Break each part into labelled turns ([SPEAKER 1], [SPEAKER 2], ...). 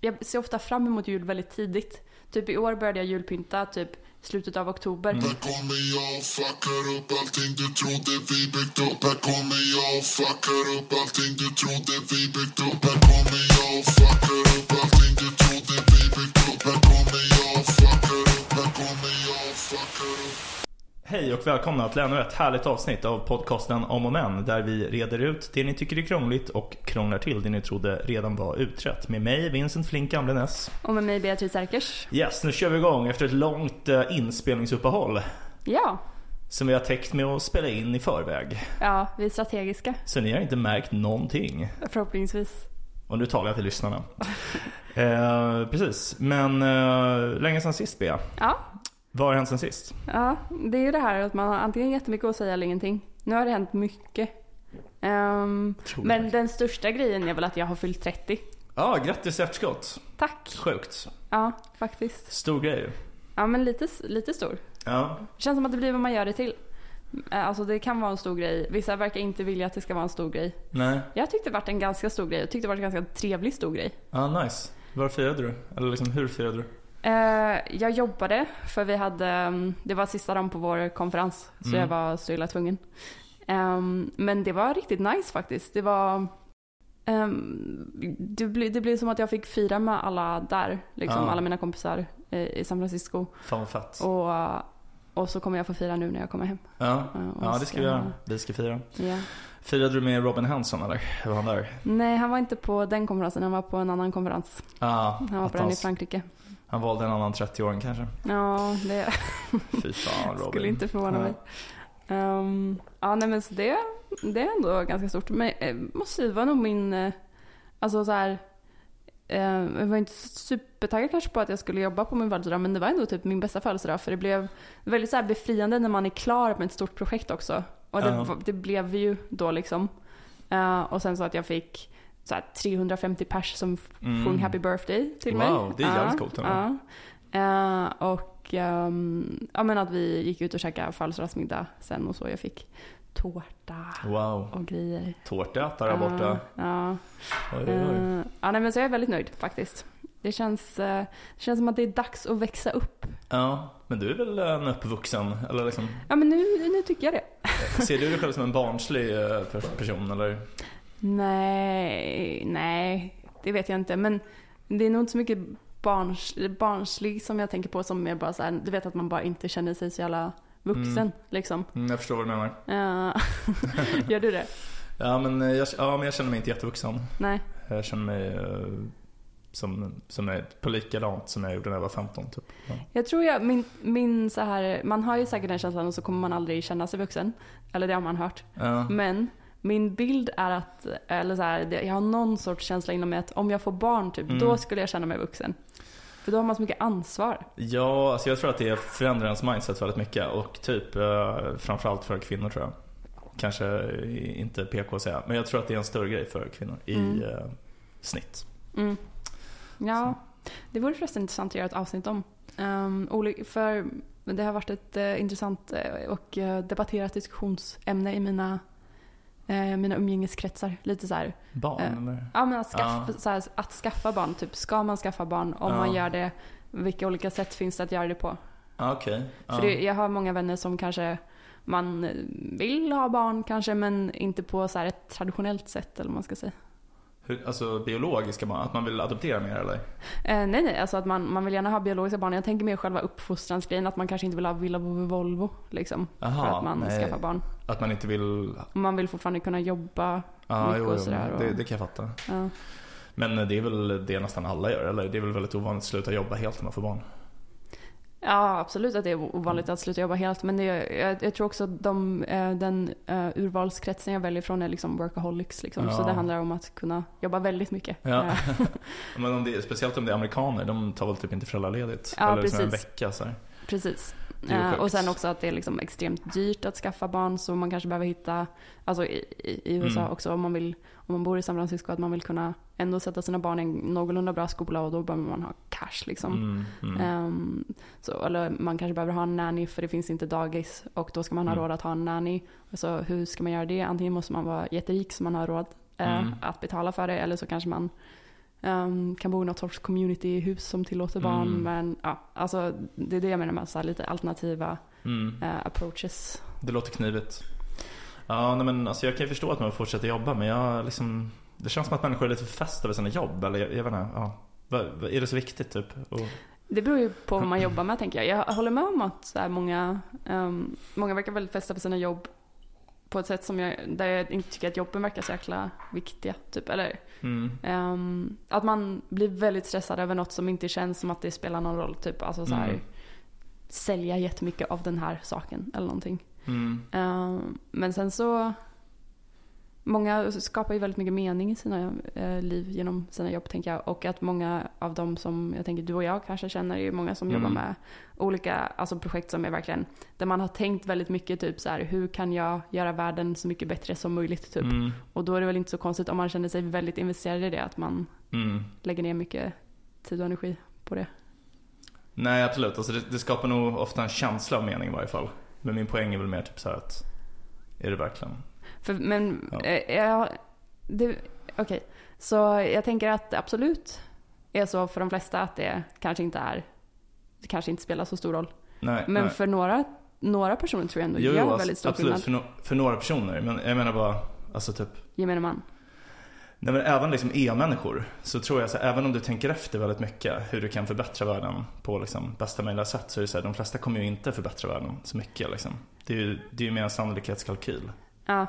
[SPEAKER 1] jag ser ofta fram emot jul väldigt tidigt. Typ i år började jag julpynta typ slutet av oktober.
[SPEAKER 2] Här kommer jag och fuckar upp allting du trodde vi byggt upp Här kommer jag och fuckar upp allting du trodde vi byggt upp Här kommer jag och fuckar upp allting du trodde vi byggt upp Här kommer jag och fuckar upp, här kommer jag och fuckar upp
[SPEAKER 3] Hej och välkomna till ännu ett härligt avsnitt av podcasten Om och Men där vi reder ut det ni tycker är krångligt och krånglar till det ni trodde redan var utrett. Med mig Vincent Flink Gamlenäs.
[SPEAKER 1] Och med mig Beatrice Erkers.
[SPEAKER 3] Yes, nu kör vi igång efter ett långt eh, inspelningsuppehåll
[SPEAKER 1] Ja,
[SPEAKER 3] som vi har täckt med att spela in i förväg.
[SPEAKER 1] ja, vi är strategiska
[SPEAKER 3] Så ni har inte märkt någonting.
[SPEAKER 1] förhoppningsvis.
[SPEAKER 3] Och nu talar jag till lyssnarna. Eh, precis, men eh, länge sedan sist Bea.
[SPEAKER 1] Ja,
[SPEAKER 3] Vad har hänt sen sist?
[SPEAKER 1] ja, det är ju det här att man har antingen jättemycket att säga eller ingenting. Nu har det hänt mycket. Ehm,
[SPEAKER 3] Otroligt.
[SPEAKER 1] men den största grejen är väl att jag har fyllt 30.
[SPEAKER 3] Ja, grattis i efterskott.
[SPEAKER 1] Tack!
[SPEAKER 3] Sjukt.
[SPEAKER 1] Ja, faktiskt.
[SPEAKER 3] Stor grej.
[SPEAKER 1] Ja, men lite, lite stor.
[SPEAKER 3] Ja,
[SPEAKER 1] Det känns som att det blir vad man gör det till. Eh, Alltså det kan vara en stor grej. Vissa verkar inte vilja att det ska vara en stor grej.
[SPEAKER 3] nej.
[SPEAKER 1] Jag tyckte det varit en ganska stor grej. Jag tyckte det varit en ganska trevlig stor grej.
[SPEAKER 3] Ja, Ah, nice. Var firade du? Eller liksom hur firade du?
[SPEAKER 1] Eh, Jag jobbade för vi hade, mm, det var sista dagen på vår konferens så
[SPEAKER 3] Mm.
[SPEAKER 1] jag var så illa tvungen. Ehm, Men det var riktigt nice faktiskt. Det var, ehm, det blev, det blev som att jag fick fira med alla där, liksom
[SPEAKER 3] Ah.
[SPEAKER 1] alla mina kompisar eh, i San Francisco.
[SPEAKER 3] Fan vad fett.
[SPEAKER 1] Och, och så kommer jag få fira nu när jag kommer hem.
[SPEAKER 3] Ja.
[SPEAKER 1] Eh, och
[SPEAKER 3] ja, det ska vi göra. Vi ska fira.
[SPEAKER 1] ja.
[SPEAKER 3] Firade du med Robin Hanson eller? Var han där?
[SPEAKER 1] Nej, han var inte på den konferensen. Han var på en annan konferens.
[SPEAKER 3] Ja,
[SPEAKER 1] Han var
[SPEAKER 3] att
[SPEAKER 1] på den
[SPEAKER 3] han,
[SPEAKER 1] i Frankrike.
[SPEAKER 3] han valde en annan 30-åring kanske.
[SPEAKER 1] Ja, det
[SPEAKER 3] Fy fan Robin.
[SPEAKER 1] skulle inte förvåna
[SPEAKER 3] Nej.
[SPEAKER 1] mig. Ehm, ja, nej, men så det, det är ändå ganska stort. Men eh, måste säga, det var nog min... eh, Alltså så här... eh, jag var inte supertaggad kanske på att jag skulle jobba på min födelsedag men det var ändå typ min bästa födelsedag för det blev väldigt så här befriande när man är klar med ett stort projekt också. Och det,
[SPEAKER 3] Ja.
[SPEAKER 1] var- det blev vi ju då liksom. Eh, och sen så att jag fick så här 350 pers som
[SPEAKER 3] Mm.
[SPEAKER 1] sjöng Happy birthday till mig.
[SPEAKER 3] Wow, det är jävligt coolt ändå.
[SPEAKER 1] Ja. Eh, och ehm, ja, men att vi gick ut och käkade födelsedagsmiddag sen och så. Jag fick tårta
[SPEAKER 3] Wow.
[SPEAKER 1] och grejer.
[SPEAKER 3] Tårtätare där
[SPEAKER 1] Ja,
[SPEAKER 3] borta.
[SPEAKER 1] Ja,
[SPEAKER 3] Oj, oj, oj.
[SPEAKER 1] Eh, ja nej, men så jag är väldigt nöjd faktiskt. Det känns, eh, det känns som att det är dags att växa upp.
[SPEAKER 3] Ja, men du är väl en uppvuxen? Eller liksom,
[SPEAKER 1] Ja men nu, nu tycker jag det.
[SPEAKER 3] ser du dig själv som en barnslig eh, per- person eller?
[SPEAKER 1] Nej, nej, det vet jag inte. Men det är nog inte så mycket barns, barnslig som jag tänker på som är bara så här, du vet att man bara inte känner sig så jävla vuxen
[SPEAKER 3] Mm.
[SPEAKER 1] liksom.
[SPEAKER 3] Mm, jag förstår vad du menar.
[SPEAKER 1] Eh, gör du det?
[SPEAKER 3] Ja men, eh, jag, ja, men jag känner mig inte jättevuxen.
[SPEAKER 1] Nej.
[SPEAKER 3] Jag känner mig eh, som, som är på likadant som jag gjorde när jag var 15 typ. Ja.
[SPEAKER 1] Jag tror jag, min, min så här, man har ju säkert den känslan och så kommer man aldrig känna sig vuxen. Eller det har man hört.
[SPEAKER 3] Ja.
[SPEAKER 1] Men min bild är att, eller så här, det- jag har någon sorts känsla inom mig att om jag får barn typ,
[SPEAKER 3] Mm.
[SPEAKER 1] då skulle jag känna mig vuxen. För då har man så mycket ansvar.
[SPEAKER 3] Ja, alltså jag tror att det förändrar ens mindset väldigt mycket och typ eh, framförallt för kvinnor tror jag. Kanske eh, inte PK att säga, men jag tror att det är en större grej för kvinnor i
[SPEAKER 1] Mm.
[SPEAKER 3] eh, snitt.
[SPEAKER 1] Mm. Ja, det vore förresten intressant att göra ett avsnitt om. Ehm, oli- för det har varit ett eh, intressant eh, och eh, debatterat diskussionsämne i mina, eh, mina umgängeskretsar. Lite så här,
[SPEAKER 3] Barn
[SPEAKER 1] Eh,
[SPEAKER 3] eller?
[SPEAKER 1] ja, men att, skaffa,
[SPEAKER 3] Ja.
[SPEAKER 1] så här, att skaffa barn, typ ska man skaffa barn? Om
[SPEAKER 3] Ja.
[SPEAKER 1] man gör det, vilka olika sätt finns det att göra det på?
[SPEAKER 3] Ah, Okej.
[SPEAKER 1] För
[SPEAKER 3] Ja.
[SPEAKER 1] det, jag har många vänner som kanske man eh, vill ha barn kanske men inte på så här ett traditionellt sätt eller vad man ska säga.
[SPEAKER 3] Hur, alltså biologiska barn, att man vill adoptera mer eller?
[SPEAKER 1] Eh, nej, nej, alltså att man, man vill gärna ha biologiska barn. Jag tänker mer själva uppfostransgrejen, att man kanske inte vill ha villa på Volvo liksom.
[SPEAKER 3] Aha,
[SPEAKER 1] för att man
[SPEAKER 3] nej.
[SPEAKER 1] skaffar barn.
[SPEAKER 3] Att man inte vill... Ja,
[SPEAKER 1] Och man vill fortfarande kunna jobba.
[SPEAKER 3] ah,
[SPEAKER 1] Mycket
[SPEAKER 3] jo,
[SPEAKER 1] och
[SPEAKER 3] jo,
[SPEAKER 1] sådär och-
[SPEAKER 3] det, det kan jag fatta.
[SPEAKER 1] Ja.
[SPEAKER 3] Men eh, det är väl det nästan alla gör, eller? Det är väl väldigt ovanligt att sluta jobba helt när man får barn?
[SPEAKER 1] ja, absolut att det är ovanligt
[SPEAKER 3] Mm.
[SPEAKER 1] att sluta jobba helt. Men det, jag, jag tror också att de, eh, den eh, urvalskretsen jag väljer från är liksom workaholics. Liksom. Så
[SPEAKER 3] Ja.
[SPEAKER 1] det handlar om att kunna jobba väldigt mycket.
[SPEAKER 3] Ja.
[SPEAKER 1] Eh,
[SPEAKER 3] Men om det, är- speciellt om det är amerikaner, de tar väl typ inte föräldraledigt?
[SPEAKER 1] Ja,
[SPEAKER 3] eller liksom en
[SPEAKER 1] precis.
[SPEAKER 3] vecka så här.
[SPEAKER 1] Precis.
[SPEAKER 3] Det är ju
[SPEAKER 1] Eh,
[SPEAKER 3] sjukt.
[SPEAKER 1] och sen också att det är liksom extremt dyrt att skaffa barn så man kanske behöver hitta, alltså i, i i USA
[SPEAKER 3] Mm.
[SPEAKER 1] också om man, vill, om man bor i San Francisco, att man vill kunna ändå sätta sina barn i en någorlunda bra skola och då behöver man ha cash liksom.
[SPEAKER 3] Mm, mm.
[SPEAKER 1] Ehm, så, eller man kanske behöver ha en nanny för det finns inte dagis och då ska man ha
[SPEAKER 3] Mm.
[SPEAKER 1] råd att ha en nanny. Så hur ska man göra det? Antingen måste man vara jätterik så man har råd eh,
[SPEAKER 3] Mm.
[SPEAKER 1] att betala för det eller så kanske man Ehm, kan bo i något sorts communityhus som tillåter barn.
[SPEAKER 3] Mm.
[SPEAKER 1] Men ja, alltså, det är det jag menar med så här, lite alternativa
[SPEAKER 3] Mm.
[SPEAKER 1] eh, approaches.
[SPEAKER 3] Det låter knivigt. Ja, nej, men alltså jag kan ju förstå att man fortsätter jobba men jag liksom Det känns som att människor är lite för fästa vid sina jobb eller jag, jag vet inte. Ja. Va, va, är det så viktigt typ? Och,
[SPEAKER 1] Det beror ju på vad man jobbar med tänker jag. Jag håller med om att så här, många, ehm, många verkar väldigt fästa vid sina jobb på ett sätt som jag, där jag inte tycker att jobben verkar så jäkla viktiga. Typ. Eller,
[SPEAKER 3] mm.
[SPEAKER 1] ehm, att man blir väldigt stressad över något som inte känns som att det spelar någon roll. Typ. Alltså, så här,
[SPEAKER 3] Mm.
[SPEAKER 1] Sälja jättemycket av den här saken eller någonting.
[SPEAKER 3] Mm.
[SPEAKER 1] Ehm, men sen så... Många skapar ju väldigt mycket mening i sina eh, liv genom sina jobb tänker jag. Och att många av dem som jag tänker du och jag kanske känner är ju många som
[SPEAKER 3] Mm.
[SPEAKER 1] jobbar med olika alltså projekt som är verkligen där man har tänkt väldigt mycket typ så här hur kan jag göra världen så mycket bättre som möjligt typ.
[SPEAKER 3] Mm.
[SPEAKER 1] Och då är det väl inte så konstigt om man känner sig väldigt investerad i det att man
[SPEAKER 3] Mm.
[SPEAKER 1] lägger ner mycket tid och energi på det.
[SPEAKER 3] Nej absolut, alltså det, det skapar nog ofta en känsla av mening i varje fall. Men min poäng är väl mer typ så här att Är det verkligen?
[SPEAKER 1] För, men
[SPEAKER 3] Ja.
[SPEAKER 1] eh, jag, det, okej. så jag tänker att det absolut är så för de flesta att det kanske inte är, det kanske inte spelar så stor roll.
[SPEAKER 3] Nej,
[SPEAKER 1] Men
[SPEAKER 3] nej.
[SPEAKER 1] för några, några personer tror jag ändå gör
[SPEAKER 3] alltså,
[SPEAKER 1] väldigt stor
[SPEAKER 3] absolut,
[SPEAKER 1] skillnad.
[SPEAKER 3] för, no- för några personer. Men jag menar bara, alltså typ
[SPEAKER 1] Gemene man.
[SPEAKER 3] Nej, men även liksom e-människor så tror jag så här, även om du tänker efter väldigt mycket hur du kan förbättra världen på liksom bästa möjliga sätt så är det så här, de flesta kommer ju inte förbättra världen så mycket liksom. Det är ju, det är ju mer en sannolikhetskalkyl.
[SPEAKER 1] Ja,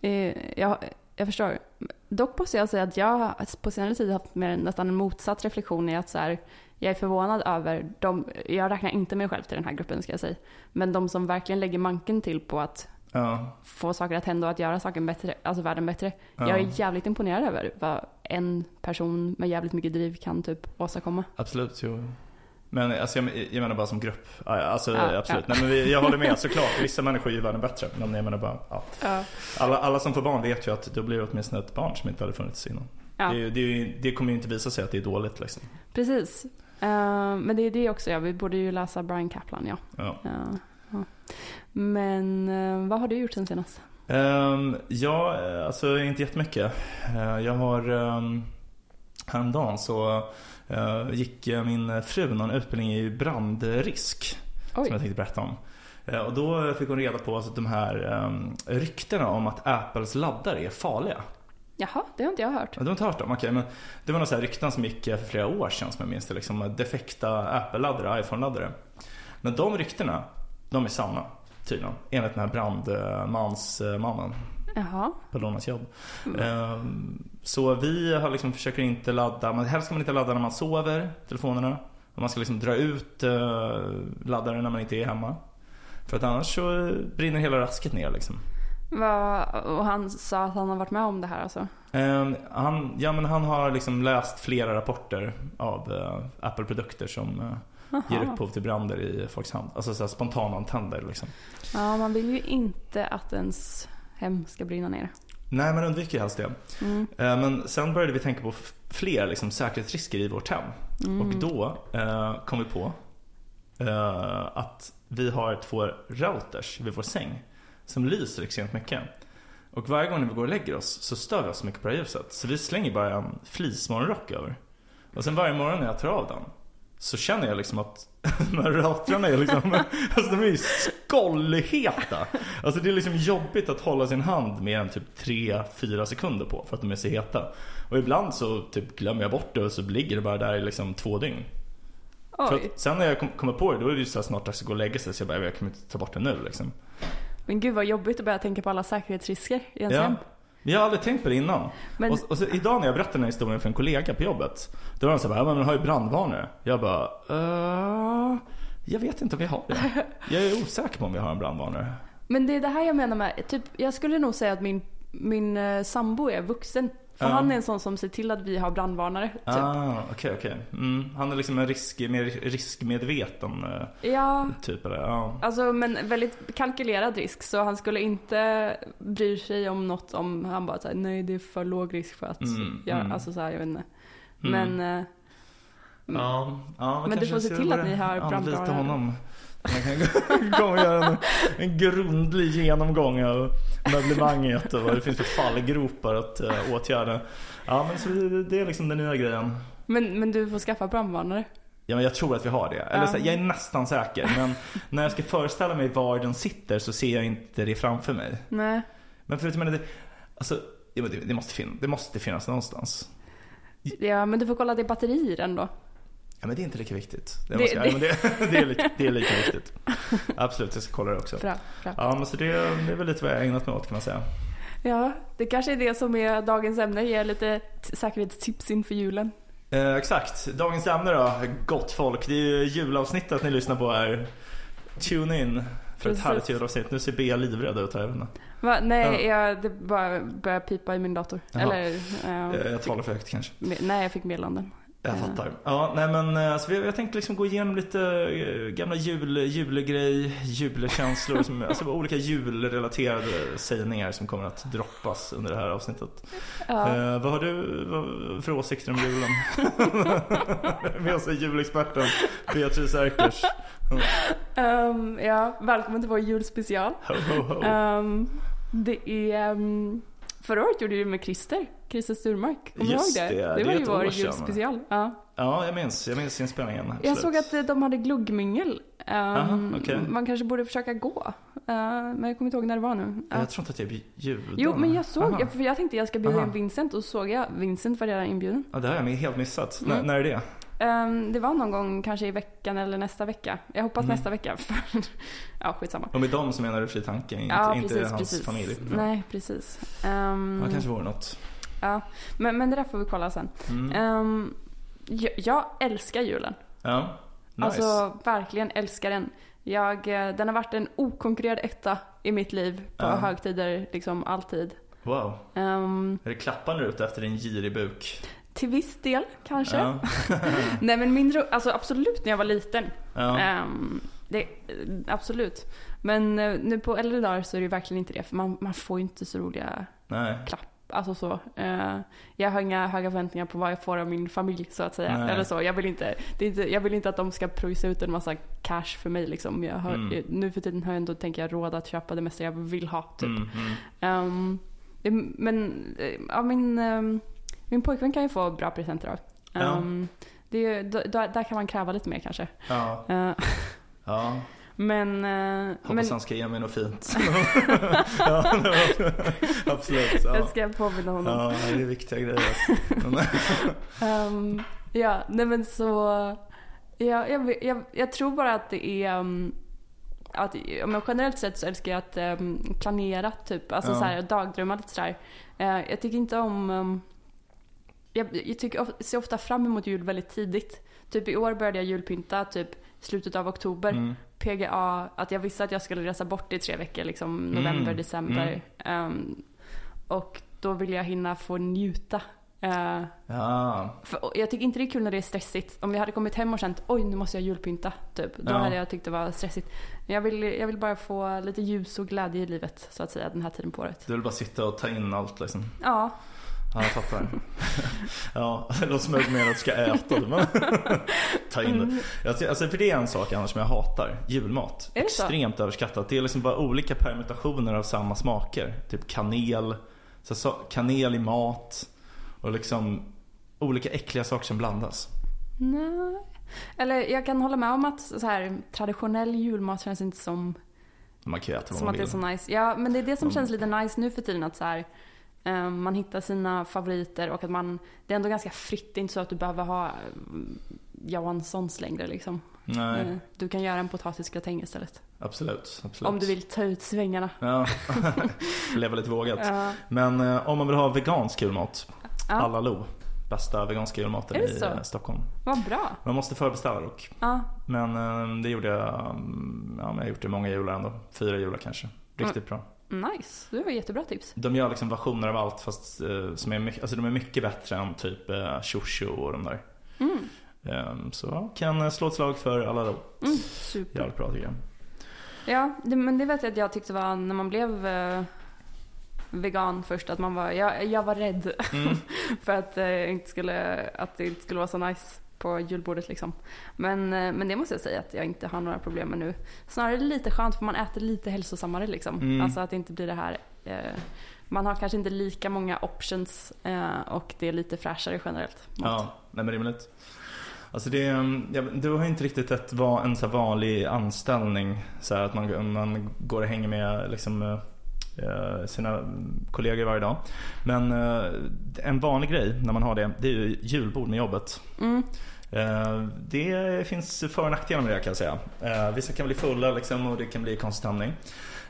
[SPEAKER 1] eh, jag, jag förstår. Dock måste jag säga att jag på senare tid haft mer, nästan en motsatt reflektion i att så här, jag är förvånad över de, jag räknar inte mig själv till den här gruppen ska jag säga, men de som verkligen lägger manken till på att
[SPEAKER 3] Ja,
[SPEAKER 1] få saker att hända och att göra saken bättre, alltså världen bättre.
[SPEAKER 3] Ja.
[SPEAKER 1] Jag är jävligt imponerad över vad en person med jävligt mycket driv kan typ åstadkomma.
[SPEAKER 3] absolut. Jo. Men alltså, jag, jag menar bara som grupp. Ja, ja, Alltså,
[SPEAKER 1] Ja,
[SPEAKER 3] absolut.
[SPEAKER 1] ja.
[SPEAKER 3] Nej, men vi, jag håller med såklart. Vissa människor gör världen bättre. Men jag menar bara, ja.
[SPEAKER 1] Ja.
[SPEAKER 3] alla, alla som får barn vet ju att då blir det åtminstone ett barn som inte hade funnits innan.
[SPEAKER 1] Ja.
[SPEAKER 3] Det, är ju- det, är ju- det kommer ju inte visa sig att det är dåligt liksom.
[SPEAKER 1] Precis. Eh, men det är det också, ja. vi borde ju läsa Brian Kaplan, ja.
[SPEAKER 3] Ja.
[SPEAKER 1] Ja, ja. Men eh, vad har du gjort sen senast?
[SPEAKER 3] Ehm, ja, eh, alltså inte jättemycket. Uh, jag har um, häromdagen så eh, gick eh, min fru någon utbildning i brandrisk som jag
[SPEAKER 1] Oj.
[SPEAKER 3] tänkte berätta om. Eh, och då fick hon reda på alltså, de här um, ryktena om att Apples laddare är farliga.
[SPEAKER 1] Jaha, det har inte jag hört.
[SPEAKER 3] Ja, Du har inte hört dem? Okej, men det var några så här rykten som gick eh, för flera år sedan som jag minns det. Liksom, defekta Apple-laddare, iPhone-laddare. Men de ryktena, de är sanna tydligen. Enligt den här brandmansmannen
[SPEAKER 1] Jaha.
[SPEAKER 3] på Lonas jobb. Ehm, Så vi har liksom försöker inte ladda, men helst ska man inte ladda när man sover, telefonerna. Och Man ska liksom dra ut eh, laddaren när man inte är hemma. För att annars så brinner hela rasket ner liksom.
[SPEAKER 1] Vad- och han sa att han har varit med om det här alltså?
[SPEAKER 3] Ehm, Han, ja, men han har liksom läst flera rapporter av eh, Apple-produkter som eh, ger
[SPEAKER 1] Aha.
[SPEAKER 3] upphov till brander i folks hand. Alltså så här spontanantänder liksom.
[SPEAKER 1] Ja, man vill ju inte att ens hem ska brinna ner.
[SPEAKER 3] Nej, man undviker helst det.
[SPEAKER 1] Mm.
[SPEAKER 3] Eh, Men sen började vi tänka på f- fler liksom, säkerhetsrisker i vårt hem.
[SPEAKER 1] mm.
[SPEAKER 3] Och då eh, kom vi på eh, att vi har två routers vid vår säng som lyser extremt mycket. Och varje gång när vi går och lägger oss så stör vi oss mycket på det här ljuset. Så vi slänger bara en fleecemorgonrock över. Och sen varje morgon när jag tar av den så känner jag liksom att de här routrarna är liksom, alltså de är ju skållheta. Alltså det är liksom jobbigt att hålla sin hand mer än typ 3-4 sekunder på för att de är så heta. Och ibland så typ glömmer jag bort det och så ligger det bara där i liksom två dygn. För
[SPEAKER 1] Oj.
[SPEAKER 3] att sen när jag kom, kommer på det då är det ju så här snart dags att gå och lägga sig så jag bara, jag kommer inte ta bort det nu liksom.
[SPEAKER 1] Men gud vad jobbigt att börja tänka på alla säkerhetsrisker i ens
[SPEAKER 3] Ja.
[SPEAKER 1] hem.
[SPEAKER 3] Men jag har aldrig tänkt på det innan.
[SPEAKER 1] Men-
[SPEAKER 3] Och, och så, idag när jag berättade den här historien för en kollega på jobbet. Då var de såhär, ja men har ju brandvarnare. Jag bara, eh, jag vet inte om vi har det. Jag är osäker på om vi har en brandvarnare.
[SPEAKER 1] Men det är det här jag menar med, typ, jag skulle nog säga att min, min eh, sambo är vuxen. För
[SPEAKER 3] Ja.
[SPEAKER 1] han är en sån som ser till att vi har brandvarnare. Typ.
[SPEAKER 3] Ah, okej okej. Mm, han är liksom en risk, mer riskmedveten eh,
[SPEAKER 1] Ja,
[SPEAKER 3] typ eller? Ja.
[SPEAKER 1] alltså men väldigt kalkylerad risk. Så han skulle inte bry sig om något om han bara såhär, nej det är för låg risk för att
[SPEAKER 3] Mm,
[SPEAKER 1] göra,
[SPEAKER 3] mm.
[SPEAKER 1] alltså såhär jag vet inte. Men,
[SPEAKER 3] Mm.
[SPEAKER 1] eh,
[SPEAKER 3] Ja, ja,
[SPEAKER 1] Men du
[SPEAKER 3] kanske
[SPEAKER 1] får se
[SPEAKER 3] ska
[SPEAKER 1] till
[SPEAKER 3] börja
[SPEAKER 1] att ni har
[SPEAKER 3] anlita
[SPEAKER 1] brandvarnare.
[SPEAKER 3] honom. Man kan komma och göra en, en grundlig genomgång av möblemanget och vad det finns för fallgropar att eh, åtgärda. Ja men så det- det är liksom den nya grejen.
[SPEAKER 1] Men, men du får skaffa brandvarnare.
[SPEAKER 3] Ja men jag tror att vi har det. Eller så, jag är nästan säker. Men när jag ska föreställa mig var den sitter så ser jag inte det framför mig.
[SPEAKER 1] Nej.
[SPEAKER 3] Men förutom det, alltså, ja, men det, det, måste finnas, det måste finnas någonstans.
[SPEAKER 1] Ja, men du får kolla det är batterier ändå. Ja,
[SPEAKER 3] Ja men det är inte lika viktigt. Det,
[SPEAKER 1] Det-
[SPEAKER 3] måste, jag-
[SPEAKER 1] det-
[SPEAKER 3] ja, men det, det, är, lika, det är lika viktigt. Absolut, jag ska kolla det också.
[SPEAKER 1] Bra, bra.
[SPEAKER 3] Ja men så det, det är väl lite vad jag har ägnat mig åt kan man säga.
[SPEAKER 1] Ja, det kanske är det som är dagens ämne. Ge lite t- säkerhetstips inför julen.
[SPEAKER 3] Eh, exakt, dagens ämne då, gott folk. Det är ju julavsnittet ni lyssnar på här. Tune in för ett
[SPEAKER 1] Precis.
[SPEAKER 3] härligt julavsnitt. Nu ser Bea livrädd ut här. jag vet inte.
[SPEAKER 1] Va? Nej, jag, det bara börjar pipa i min dator.
[SPEAKER 3] Jaha.
[SPEAKER 1] Eller,
[SPEAKER 3] Eh,
[SPEAKER 1] eh,
[SPEAKER 3] Jag talar för högt kanske.
[SPEAKER 1] me- nej, jag fick meddelanden.
[SPEAKER 3] Jag
[SPEAKER 1] Ja.
[SPEAKER 3] fattar. Ja, nej men eh, så vi- jag tänkte liksom gå igenom lite eh, gamla jul, julgrej, julkänslor, som, alltså olika julrelaterade sägningar som kommer att droppas under det här avsnittet.
[SPEAKER 1] Ja.
[SPEAKER 3] Eh, vad har du vad, för åsikter om julen? Med oss är julexperten Beatrice Erkers.
[SPEAKER 1] Ehm, ja, välkommen till vår julspecial.
[SPEAKER 3] Ho, ho, ho.
[SPEAKER 1] Ehm, det är... ehm, förra året gjorde du det med Christer, Christer Sturmark. Kommer du ihåg
[SPEAKER 3] Just
[SPEAKER 1] det?
[SPEAKER 3] det,
[SPEAKER 1] Det
[SPEAKER 3] det
[SPEAKER 1] var
[SPEAKER 3] är
[SPEAKER 1] ju
[SPEAKER 3] ett
[SPEAKER 1] vår
[SPEAKER 3] år sedan.
[SPEAKER 1] julspecial. Ja.
[SPEAKER 3] Ja, jag minns, jag minns inspelningen.
[SPEAKER 1] Jag
[SPEAKER 3] absolut.
[SPEAKER 1] såg att eh, de hade gluggmingel. Ehm,
[SPEAKER 3] Aha, okej.
[SPEAKER 1] Man kanske borde försöka gå. Eh, men jag kommer inte ihåg när det var nu. Ja.
[SPEAKER 3] Jag tror inte att jag blir bjuden.
[SPEAKER 1] Jo, men jag såg,
[SPEAKER 3] Aha.
[SPEAKER 1] jag, för jag tänkte jag ska bjuda
[SPEAKER 3] Aha.
[SPEAKER 1] in Vincent och så såg jag Vincent var redan inbjuden.
[SPEAKER 3] Ja, det har jag helt missat. N-
[SPEAKER 1] Mm.
[SPEAKER 3] när är det?
[SPEAKER 1] Ehm, det var någon gång kanske i veckan eller nästa vecka. Jag hoppas
[SPEAKER 3] Mm.
[SPEAKER 1] nästa vecka. För, ja, skitsamma.
[SPEAKER 3] Och med dem så menar du Fri Tanke, inte,
[SPEAKER 1] ja,
[SPEAKER 3] inte
[SPEAKER 1] precis,
[SPEAKER 3] hans
[SPEAKER 1] precis.
[SPEAKER 3] familj.
[SPEAKER 1] Nej, precis. Ehm,
[SPEAKER 3] Ja, kanske vore något.
[SPEAKER 1] ja. Men, men det där får vi kolla sen.
[SPEAKER 3] Mm.
[SPEAKER 1] Ehm, jag, jag älskar julen.
[SPEAKER 3] Ja, nice.
[SPEAKER 1] Alltså verkligen älskar den. Jag, eh, den har varit en okonkurrerad etta i mitt liv på
[SPEAKER 3] Ja.
[SPEAKER 1] högtider, liksom alltid.
[SPEAKER 3] Wow.
[SPEAKER 1] Ehm,
[SPEAKER 3] Är det klapparna ute efter din girig buk?
[SPEAKER 1] till viss del kanske.
[SPEAKER 3] Ja.
[SPEAKER 1] Nej men min ro- alltså absolut när jag var liten.
[SPEAKER 3] ja.
[SPEAKER 1] Ehm, det, eh, absolut. Men eh, nu på äldre dagar så är det verkligen inte det. För man, man får ju inte så roliga
[SPEAKER 3] Nej.
[SPEAKER 1] klapp. Alltså så. Eh, jag har inga höga förväntningar på vad jag får av min familj så att säga.
[SPEAKER 3] Nej.
[SPEAKER 1] Eller så. Jag, vill inte, det är inte, jag vill inte att de ska pröjsa ut en massa cash för mig. Liksom. Jag har,
[SPEAKER 3] Mm.
[SPEAKER 1] Nu för tiden har jag ändå tänker jag, råd att köpa det mesta jag vill ha. Typ.
[SPEAKER 3] Mm, mm.
[SPEAKER 1] Ehm, det- men eh, ja, min, ehm, min pojkvän kan ju få bra presenter av.
[SPEAKER 3] Ja.
[SPEAKER 1] Ehm, det är, ju- då, då, där kan man kräva lite mer kanske.
[SPEAKER 3] Ja.
[SPEAKER 1] Eh,
[SPEAKER 3] ja.
[SPEAKER 1] men... eh,
[SPEAKER 3] Hoppas
[SPEAKER 1] men
[SPEAKER 3] han ska ge mig något fint. ja, absolut.
[SPEAKER 1] jag
[SPEAKER 3] Ja.
[SPEAKER 1] ska påminna honom.
[SPEAKER 3] ja, det är viktiga grejer.
[SPEAKER 1] Ehm, ja, nej men så... Ja, jag, jag, jag tror bara att det är... ehm, att, ja, men generellt sett så älskar jag att ehm, planera, typ. Alltså
[SPEAKER 3] Ja.
[SPEAKER 1] så här, dagdrömma lite sådär. Eh, jag tycker inte om... ehm, jag, jag tycker, of- ser ofta fram emot jul väldigt tidigt. Typ i år började jag julpynta typ slutet av oktober.
[SPEAKER 3] Mm.
[SPEAKER 1] PGA, att jag visste att jag skulle resa bort i tre veckor, liksom november,
[SPEAKER 3] Mm,
[SPEAKER 1] december. Ehm, och då vill jag hinna få njuta. Eh,
[SPEAKER 3] Ja.
[SPEAKER 1] för och jag tycker inte det är kul när det är stressigt. Om jag hade kommit hem och känt oj nu måste jag julpynta. Typ. Då
[SPEAKER 3] Ja.
[SPEAKER 1] hade jag tyckt det var stressigt. Men jag vill, jag vill bara få lite ljus och glädje i livet så att säga den här tiden på året.
[SPEAKER 3] Du vill bara sitta och ta in allt liksom.
[SPEAKER 1] Ja,
[SPEAKER 3] Ja, jag fattar. ja, det låter som att jag menar att du ska äta det. Men ta in
[SPEAKER 1] Mm.
[SPEAKER 3] det. Jag ser- Alltså, för det är en sak annars som jag hatar. Julmat.
[SPEAKER 1] Är det så?
[SPEAKER 3] Extremt överskattat. Det är liksom bara olika permutationer av samma smaker. Typ kanel, så så, kanel i mat och liksom olika äckliga saker som blandas.
[SPEAKER 1] nej. Eller jag kan hålla med om att så här, traditionell julmat känns inte som,
[SPEAKER 3] Man kan ju äta vad
[SPEAKER 1] som
[SPEAKER 3] man
[SPEAKER 1] att det är
[SPEAKER 3] vill.
[SPEAKER 1] så nice. Ja, men det är det som
[SPEAKER 3] Mm.
[SPEAKER 1] känns lite nice nu för tiden att så här, eh, man hittar sina favoriter och att man, det är ändå ganska fritt. Det är inte så att du behöver ha mm, Johanssons längre liksom.
[SPEAKER 3] Nej,
[SPEAKER 1] Eh, Du kan göra en potatisgratäng istället.
[SPEAKER 3] absolut, absolut.
[SPEAKER 1] Om du vill ta ut svängarna.
[SPEAKER 3] Ja, leva lite vågat.
[SPEAKER 1] Ja.
[SPEAKER 3] Men eh, om man vill ha vegansk julmat,
[SPEAKER 1] Ja.
[SPEAKER 3] alla lo. Bästa veganska julmaten
[SPEAKER 1] Är det
[SPEAKER 3] i
[SPEAKER 1] så?
[SPEAKER 3] eh, Stockholm.
[SPEAKER 1] Vad bra.
[SPEAKER 3] Man måste förbeställa dock.
[SPEAKER 1] Ja.
[SPEAKER 3] Men eh, det gjorde jag. mm, Ja, men jag har gjort det många jular ändå. Fyra jular kanske.
[SPEAKER 1] Mm.
[SPEAKER 3] Riktigt bra.
[SPEAKER 1] Nice. Det var jättebra tips.
[SPEAKER 3] De gör liksom versioner av allt fast eh, som är mycket, alltså de är mycket bättre än typ eh, Shoshu och de där.
[SPEAKER 1] Mm.
[SPEAKER 3] Eh, så ja, kan eh, slå ett slag för alla då.
[SPEAKER 1] Mm. Super.
[SPEAKER 3] Jävligt bra tycker jag.
[SPEAKER 1] Ja, det, men det vet jag att jag tyckte var när man blev eh, vegan först. Att man var, jag, jag var rädd
[SPEAKER 3] Mm.
[SPEAKER 1] för att, eh, jag inte skulle, att det inte skulle vara så nice. på julbordet liksom. Men, eh, men det måste jag säga att jag inte har några problem med nu. Snarare lite skönt för man äter lite hälsosammare liksom.
[SPEAKER 3] Mm.
[SPEAKER 1] Alltså att det inte blir det här eh, man har kanske inte lika många options eh, och det är lite fräschare generellt. mat.
[SPEAKER 3] Ja, nej men rimligt. Alltså det, mm, jag- du har ju inte riktigt ett, va- en så här vanlig anställning. Så här att man, man går och hänger med liksom, eh, sina kollegor varje dag. Men eh, en vanlig grej när man har det, det är ju julbord med jobbet.
[SPEAKER 1] Mm.
[SPEAKER 3] Eh, Det finns för och nackdelar med det kan jag säga. Eh, Vissa kan bli fulla liksom, och det kan bli konstig stämning.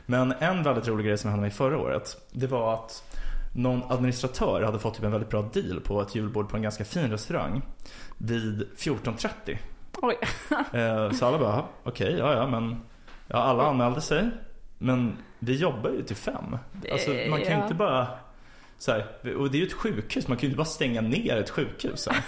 [SPEAKER 3] Men en väldigt rolig grej som hände mig förra året, det var att någon administratör hade fått typ en väldigt bra deal på ett julbord på en ganska fin restaurang vid 14.30.
[SPEAKER 1] Oj.
[SPEAKER 3] Eh, Så alla bara, "Jaha, okej, ja ja men ja, alla anmälde sig. Men vi jobbar ju till fem. Alltså man kan ju
[SPEAKER 1] Eh, Ja.
[SPEAKER 3] inte bara så här, och det är ju ett sjukhus, man kan ju inte bara stänga ner ett sjukhus. Så, här.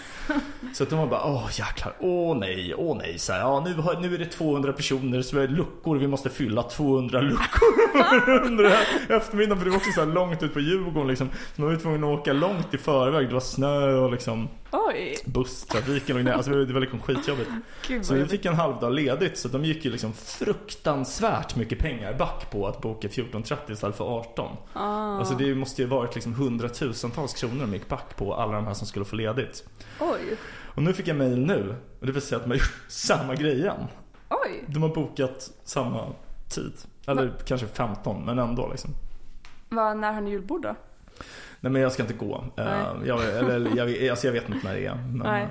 [SPEAKER 3] så att de var bara, åh jäklar, åh nej, åh nej. Så här, ja, nu, har, nu är det 200 personer, så vi har luckor, vi måste fylla 200 luckor under den här eftermiddagen. För det var också så här långt ut på Djurgården liksom. Så man var ju tvungen att åka långt i förväg, det var snö och liksom
[SPEAKER 1] Oj,
[SPEAKER 3] busstrafiken och grejer. Alltså det var liksom skitjobbigt.
[SPEAKER 1] gud
[SPEAKER 3] Så
[SPEAKER 1] vad
[SPEAKER 3] vi
[SPEAKER 1] jobbigt.
[SPEAKER 3] fick en halv dag ledigt så de gick ju liksom fruktansvärt mycket pengar back på att boka 14.30 istället för 18.
[SPEAKER 1] Ah.
[SPEAKER 3] Alltså det måste ju varit liksom hundratusentals kronor de gick back på alla de här som skulle få ledigt.
[SPEAKER 1] Oj,
[SPEAKER 3] Och nu fick jag mail nu och det vill säga att de har gjort samma grej igen.
[SPEAKER 1] oj.
[SPEAKER 3] De har bokat samma tid. Eller kanske 15 men ändå liksom.
[SPEAKER 1] Vad, när har ni julbord då?
[SPEAKER 3] Nej men jag ska inte gå. Eh,
[SPEAKER 1] Nej.
[SPEAKER 3] Jag, eller, jag, alltså jag vet inte när det är. Men
[SPEAKER 1] Nej.
[SPEAKER 3] eh,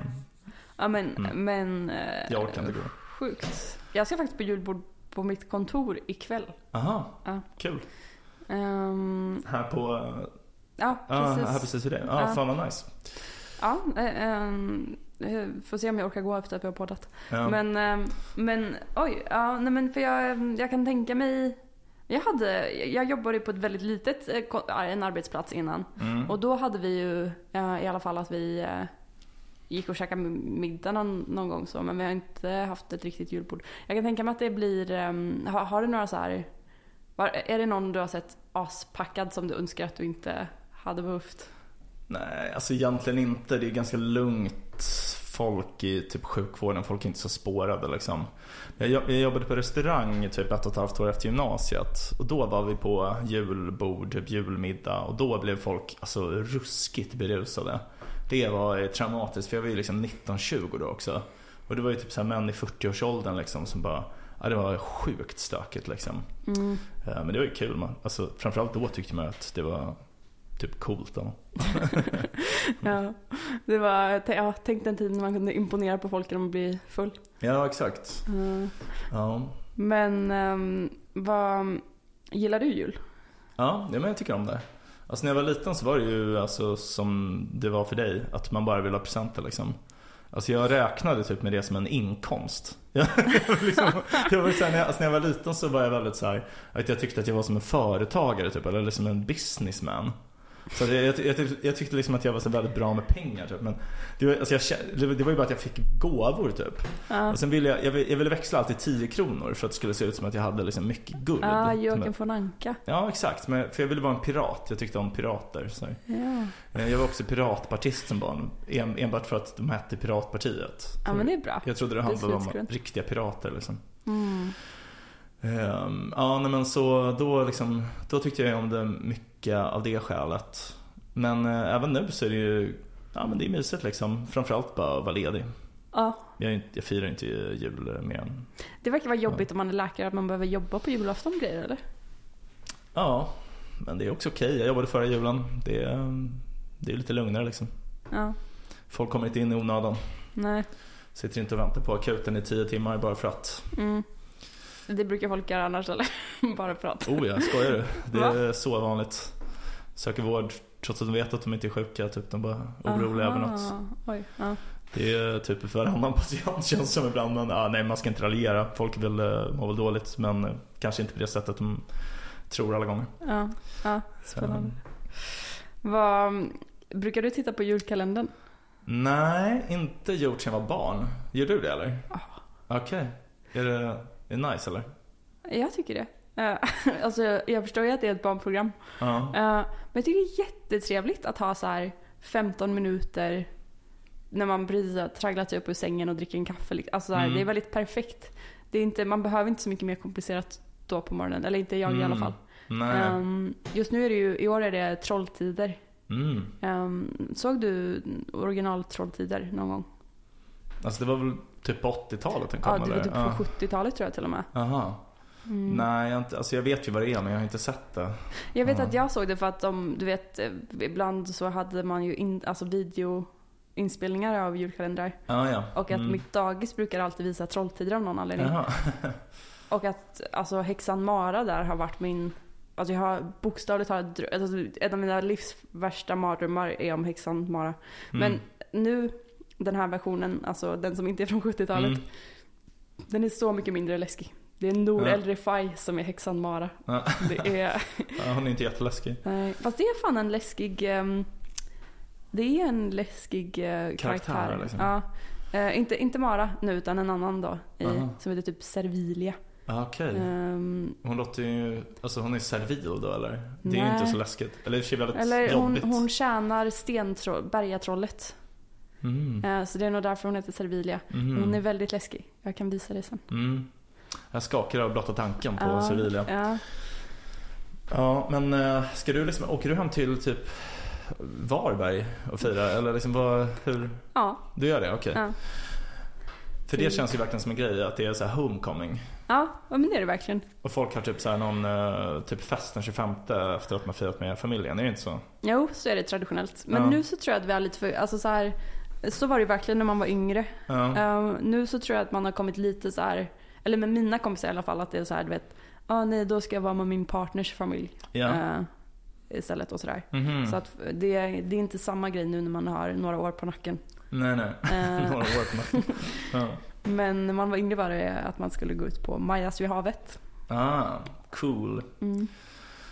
[SPEAKER 1] Ja men,
[SPEAKER 3] Mm.
[SPEAKER 1] men eh,
[SPEAKER 3] jag orkar inte gå.
[SPEAKER 1] Sjukt. Jag ska faktiskt på julbord på mitt kontor ikväll.
[SPEAKER 3] Aha,
[SPEAKER 1] Ja.
[SPEAKER 3] kul.
[SPEAKER 1] Ehm,
[SPEAKER 3] Här på, eh,
[SPEAKER 1] ja,
[SPEAKER 3] ja,
[SPEAKER 1] precis.
[SPEAKER 3] här precis vid dig. Ja,
[SPEAKER 1] Ja.
[SPEAKER 3] fan vad nice.
[SPEAKER 1] Ja, eh, ehm, eh, får se om jag orkar gå efter att vi har poddat.
[SPEAKER 3] Ja.
[SPEAKER 1] Men, ehm, men oj, ja, nej, men för jag, ehm, jag kan tänka mig. Jag, hade, jag jobbade ju på ett väldigt litet eh, kon- en arbetsplats innan.
[SPEAKER 3] Mm.
[SPEAKER 1] Och då hade vi ju eh, i alla fall att vi eh, gick och käkade m- middag någon, någon gång så. Men vi har inte haft ett riktigt julbord. Jag kan tänka mig att det blir, ehm, har, har du några så här, var, är det någon du har sett aspackad som du önskar att du inte hade behövt?
[SPEAKER 3] Nej, alltså egentligen inte. Det är ganska lugnt folk i typ sjukvården. Folk är inte så spårade liksom. Jag, jobb- jag jobbade på restaurang i typ ett och ett halvt år efter gymnasiet. Och då var vi på julbord, typ julmiddag. Och då blev folk alltså ruskigt berusade. Det var eh, traumatiskt för jag var ju liksom 19-20 då också. Och det var ju typ så här män i 40-årsåldern liksom som bara, ja det var sjukt stökigt liksom.
[SPEAKER 1] Mm.
[SPEAKER 3] Eh, Men det var ju kul man. Alltså framförallt då tyckte man att det var typ coolt. Då.
[SPEAKER 1] Ja, det var, t- ja, tänk den tiden när man kunde imponera på folk genom att bli full.
[SPEAKER 3] Ja, exakt.
[SPEAKER 1] Eh,
[SPEAKER 3] Ja.
[SPEAKER 1] Men ehm, vad, gillar du jul?
[SPEAKER 3] Ja, ja, men jag tycker om det. Alltså när jag var liten så var det ju alltså, som det var för dig, att man bara ville ha presenter liksom. Alltså jag räknade typ med det som en inkomst. Jag, liksom, jag var så här, när, jag, alltså, när jag var liten så var jag väldigt så här, att jag tyckte att jag var som en företagare typ, eller som en businessman. Så att jag, jag, jag, tyckte- jag tyckte liksom att jag var så väldigt bra med pengar typ. Men det var, alltså jag, kä- det var- det var ju bara att jag fick gåvor typ.
[SPEAKER 1] Ja,
[SPEAKER 3] Och sen ville jag, jag, ville, jag ville växla alltid 10 kronor för att det skulle se ut som att jag hade liksom mycket guld.
[SPEAKER 1] ah,
[SPEAKER 3] Som
[SPEAKER 1] Joakim
[SPEAKER 3] jag-
[SPEAKER 1] von Anka.
[SPEAKER 3] Ja, exakt. Men, för jag ville vara en pirat. Jag tyckte om pirater. Så. här.
[SPEAKER 1] Ja.
[SPEAKER 3] Eh, Jag var också piratpartist som barn. En, enbart för att de hette Piratpartiet.
[SPEAKER 1] ja, men det är bra.
[SPEAKER 3] Jag trodde det
[SPEAKER 1] det är
[SPEAKER 3] handlade om
[SPEAKER 1] slitskönt.
[SPEAKER 3] riktiga pirater liksom.
[SPEAKER 1] Mm.
[SPEAKER 3] Ehm, ja, nej, men så då, liksom, då tyckte jag om det mycket av det skälet. Men eh, även nu så är det ju ja, men det är mysigt liksom. Framförallt bara att vara ledig.
[SPEAKER 1] Ja,
[SPEAKER 3] Jag, är inte, jag firar inte jul mer än...
[SPEAKER 1] det verkar vara jobbigt om man är läkare att man behöver jobba på julafton och grejer eller?
[SPEAKER 3] Ja, men det är också okej. Jag jobbade förra julen. Det är, det är lite lugnare liksom.
[SPEAKER 1] Ja,
[SPEAKER 3] Folk kommer inte in i onödan.
[SPEAKER 1] nej.
[SPEAKER 3] Sitter inte och väntar på akuten i tio timmar bara för att.
[SPEAKER 1] Mm. Det brukar folk göra annars eller? Bara prat.
[SPEAKER 3] Oh ja, skojar du? Det är
[SPEAKER 1] Va?
[SPEAKER 3] så vanligt. Söker vård trots att de vet att de inte är sjuka. Typ de bara är oroliga över något.
[SPEAKER 1] Aha, Oj, ja.
[SPEAKER 3] Det är typ varannan patient känns som ibland. Men ah, nej, man ska inte raljera. Folk vill, eh, mår väl dåligt men eh, kanske inte på det sättet de tror alla gånger.
[SPEAKER 1] ja.
[SPEAKER 3] Så, mm.
[SPEAKER 1] Spännande. Vad, brukar du titta på julkalendern?
[SPEAKER 3] nej, inte gjort sedan jag var barn. Gör du det eller?
[SPEAKER 1] Ja.
[SPEAKER 3] Okej. Är, det, är det nice eller?
[SPEAKER 1] Jag tycker det. Eh, alltså jag, jag förstår ju att det är ett barnprogram.
[SPEAKER 3] Ja.
[SPEAKER 1] Eh, men jag tycker det är jättetrevligt att ha så här 15 minuter när man precis har tragglat sig upp ur sängen och dricker en kaffe. liksom. Alltså, så här,
[SPEAKER 3] Mm.
[SPEAKER 1] Det är väldigt perfekt. Det är inte, man behöver inte så mycket mer komplicerat då på morgonen. Eller inte jag i alla
[SPEAKER 3] Mm.
[SPEAKER 1] fall.
[SPEAKER 3] Nej.
[SPEAKER 1] Ehm, just nu är det ju, i år är det Trolltider.
[SPEAKER 3] Mm.
[SPEAKER 1] Ehm, såg du original Trolltider någon gång?
[SPEAKER 3] Alltså det var väl typ på 80-talet den kom
[SPEAKER 1] Ja, det var
[SPEAKER 3] eller?
[SPEAKER 1] typ på
[SPEAKER 3] Ja.
[SPEAKER 1] 70-talet tror jag till och med.
[SPEAKER 3] Aha.
[SPEAKER 1] Mm.
[SPEAKER 3] Nej, jag, har inte, alltså jag vet ju vad det är men jag har inte sett det.
[SPEAKER 1] Jag vet
[SPEAKER 3] Ja.
[SPEAKER 1] att jag såg det för att de, du vet, eh, ibland så hade man ju in, alltså videoinspelningar av julkalendrar.
[SPEAKER 3] Ah, ja.
[SPEAKER 1] Och att
[SPEAKER 3] Mm.
[SPEAKER 1] mitt dagis brukar alltid visa Trolltider av någon anledning.
[SPEAKER 3] Jaha.
[SPEAKER 1] Och att alltså häxan Mara där har varit min, alltså jag har bokstavligt talat, drö- alltså, en av mina livs värsta mardrömmar är om häxan Mara. Men
[SPEAKER 3] Mm.
[SPEAKER 1] nu, den här versionen, alltså den som inte är från 70-talet,
[SPEAKER 3] Mm.
[SPEAKER 1] den är så mycket mindre läskig. Det är Nour
[SPEAKER 3] Ja.
[SPEAKER 1] El Refai som är häxan Mara.
[SPEAKER 3] Ja.
[SPEAKER 1] Det är,
[SPEAKER 3] Ja, hon är inte jätteläskig.
[SPEAKER 1] nej, fast det är fan en läskig, ehm, det är en läskig eh, karaktär.
[SPEAKER 3] liksom.
[SPEAKER 1] Ja. Eh, inte, inte Mara nu utan en annan då, i,
[SPEAKER 3] Aha.
[SPEAKER 1] som heter typ Servilia.
[SPEAKER 3] Ah, Okej.
[SPEAKER 1] Ehm,
[SPEAKER 3] Hon låter ju, alltså hon är servil då eller? Det är ju
[SPEAKER 1] Nej.
[SPEAKER 3] inte så läskigt. Eller i och för sig väldigt
[SPEAKER 1] Eller hon,
[SPEAKER 3] jobbigt.
[SPEAKER 1] hon tjänar stentro, bergatrollet.
[SPEAKER 3] Mm.
[SPEAKER 1] Eh, Så det är nog därför hon heter Servilia.
[SPEAKER 3] Mm.
[SPEAKER 1] Hon är väldigt läskig. Jag kan visa dig sen.
[SPEAKER 3] mm. Jag skakar av blotta tanken på
[SPEAKER 1] Ja,
[SPEAKER 3] Servilia.
[SPEAKER 1] Ja.
[SPEAKER 3] Ja, men eh, ska du liksom, åker du hem till typ Varberg och firar? Eller liksom vad, hur?
[SPEAKER 1] Ja.
[SPEAKER 3] Du gör det? Okej.
[SPEAKER 1] Ja.
[SPEAKER 3] För det känns ju verkligen som en grej att det är så här homecoming.
[SPEAKER 1] ja, ja, men det är det verkligen.
[SPEAKER 3] Och folk har typ så här någon eh, typ fest den 25 efter att man firat med familjen. Är det inte så?
[SPEAKER 1] Jo, så är det traditionellt. Men
[SPEAKER 3] Ja.
[SPEAKER 1] nu så tror jag att vi är lite för... Alltså så här, så var det ju verkligen när man var yngre.
[SPEAKER 3] Ja.
[SPEAKER 1] Eh, nu så tror jag att man har kommit lite så här, eller med mina kompisar i alla fall, att det är så här du vet, ja nej då ska jag vara med min partners familj
[SPEAKER 3] Ja.
[SPEAKER 1] eh, istället och sådär.
[SPEAKER 3] Mhm.
[SPEAKER 1] Så att det, det är inte samma grej nu när man har några år på nacken.
[SPEAKER 3] Nej, nej.
[SPEAKER 1] Eh,
[SPEAKER 3] Några år på nacken. Ja.
[SPEAKER 1] Men när man var yngre var det att man skulle gå ut på Majas vid havet.
[SPEAKER 3] Ah, cool.
[SPEAKER 1] Mm.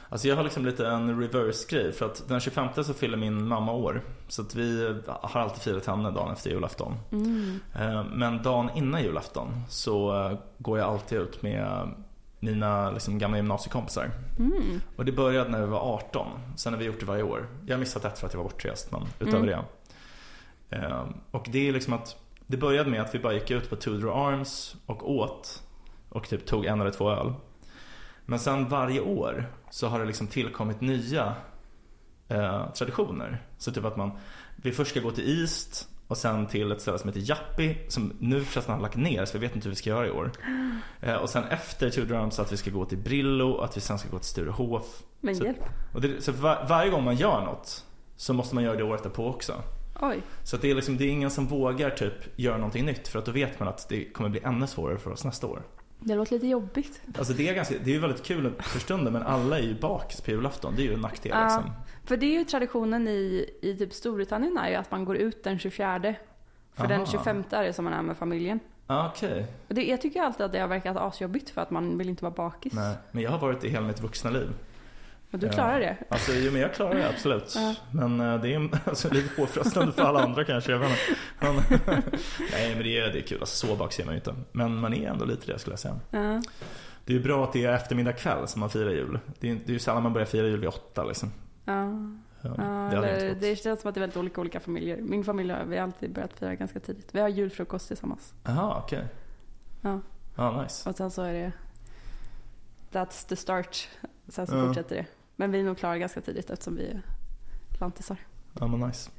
[SPEAKER 3] Alltså jag har liksom lite en reverse-grej för att den 25 så fyller min mamma år. Så att vi har alltid firat henne dagen efter julafton.
[SPEAKER 1] Mm.
[SPEAKER 3] Eh, Men dagen innan julafton så eh, går jag alltid ut med mina liksom gamla gymnasiekompisar.
[SPEAKER 1] Mm.
[SPEAKER 3] Och det började när vi var 18. Sen har vi gjort det varje år. Jag har missat ett för att jag var bortrest men utöver
[SPEAKER 1] Mm.
[SPEAKER 3] det. Eh, Och det är liksom att det började med att vi bara gick ut på Tudor Arms och åt och typ tog en eller två öl. Men sen varje år så har det liksom tillkommit nya eh, traditioner. Så typ att man, vi först ska gå till East och sen till ett ställe som heter Jappi som nu förresten har lagt ner så vi vet inte hur vi ska göra i år. Eh, och sen efter Tudor Arms så att vi ska gå till Brillo och att vi sen ska gå till Sturehof.
[SPEAKER 1] Men
[SPEAKER 3] Så-
[SPEAKER 1] hjälp.
[SPEAKER 3] Och det, så var, varje gång man gör något så måste man göra det året därpå också.
[SPEAKER 1] Oj.
[SPEAKER 3] Så att det, är liksom, det är ingen som vågar typ göra någonting nytt för att då vet man att det kommer bli ännu svårare för oss nästa år.
[SPEAKER 1] Det låter lite jobbigt.
[SPEAKER 3] Alltså det är, ganska, det är ju väldigt kul för stunden men alla är ju bakis på julafton. Det är ju en nackdel
[SPEAKER 1] Ja.
[SPEAKER 3] liksom.
[SPEAKER 1] För det är ju traditionen i, i typ Storbritannien är ju att man går ut den 24. För
[SPEAKER 3] Aha.
[SPEAKER 1] den 25 är det som man är med familjen.
[SPEAKER 3] Ah, Okej.
[SPEAKER 1] Och det, jag tycker alltid att det har verkat asjobbigt för att man vill inte vara bakis.
[SPEAKER 3] Nej. Men jag har varit i hela mitt vuxna liv.
[SPEAKER 1] Men du
[SPEAKER 3] Ja.
[SPEAKER 1] klarar det.
[SPEAKER 3] Alltså jo, men jag klarar det absolut.
[SPEAKER 1] Ja.
[SPEAKER 3] Men eh, det är alltså, lite påfrestande för alla andra kanske. Jag vet inte. Men, nej men det är, det är kul. Alltså, så bakis är man ju inte. Men man är ändå lite det skulle jag säga.
[SPEAKER 1] Ja.
[SPEAKER 3] Det är ju bra att det är eftermiddag kväll som man firar jul. Det är, det är ju sällan man börjar fira jul vid åtta liksom.
[SPEAKER 1] Ja.
[SPEAKER 3] Ja,
[SPEAKER 1] Ja,
[SPEAKER 3] hade
[SPEAKER 1] eller,
[SPEAKER 3] inte
[SPEAKER 1] det
[SPEAKER 3] gått.
[SPEAKER 1] känns som att det är väldigt olika olika familjer. Min familj har vi har alltid börjat fira ganska tidigt. Vi har julfrukost tillsammans.
[SPEAKER 3] Jaha, okej.
[SPEAKER 1] Ja.
[SPEAKER 3] Ja, nice.
[SPEAKER 1] Och sen så är det That's the start. Sen så
[SPEAKER 3] Ja.
[SPEAKER 1] fortsätter det. Men vi är nog klara ganska tidigt eftersom vi är lantisar.
[SPEAKER 3] Ja, men nice.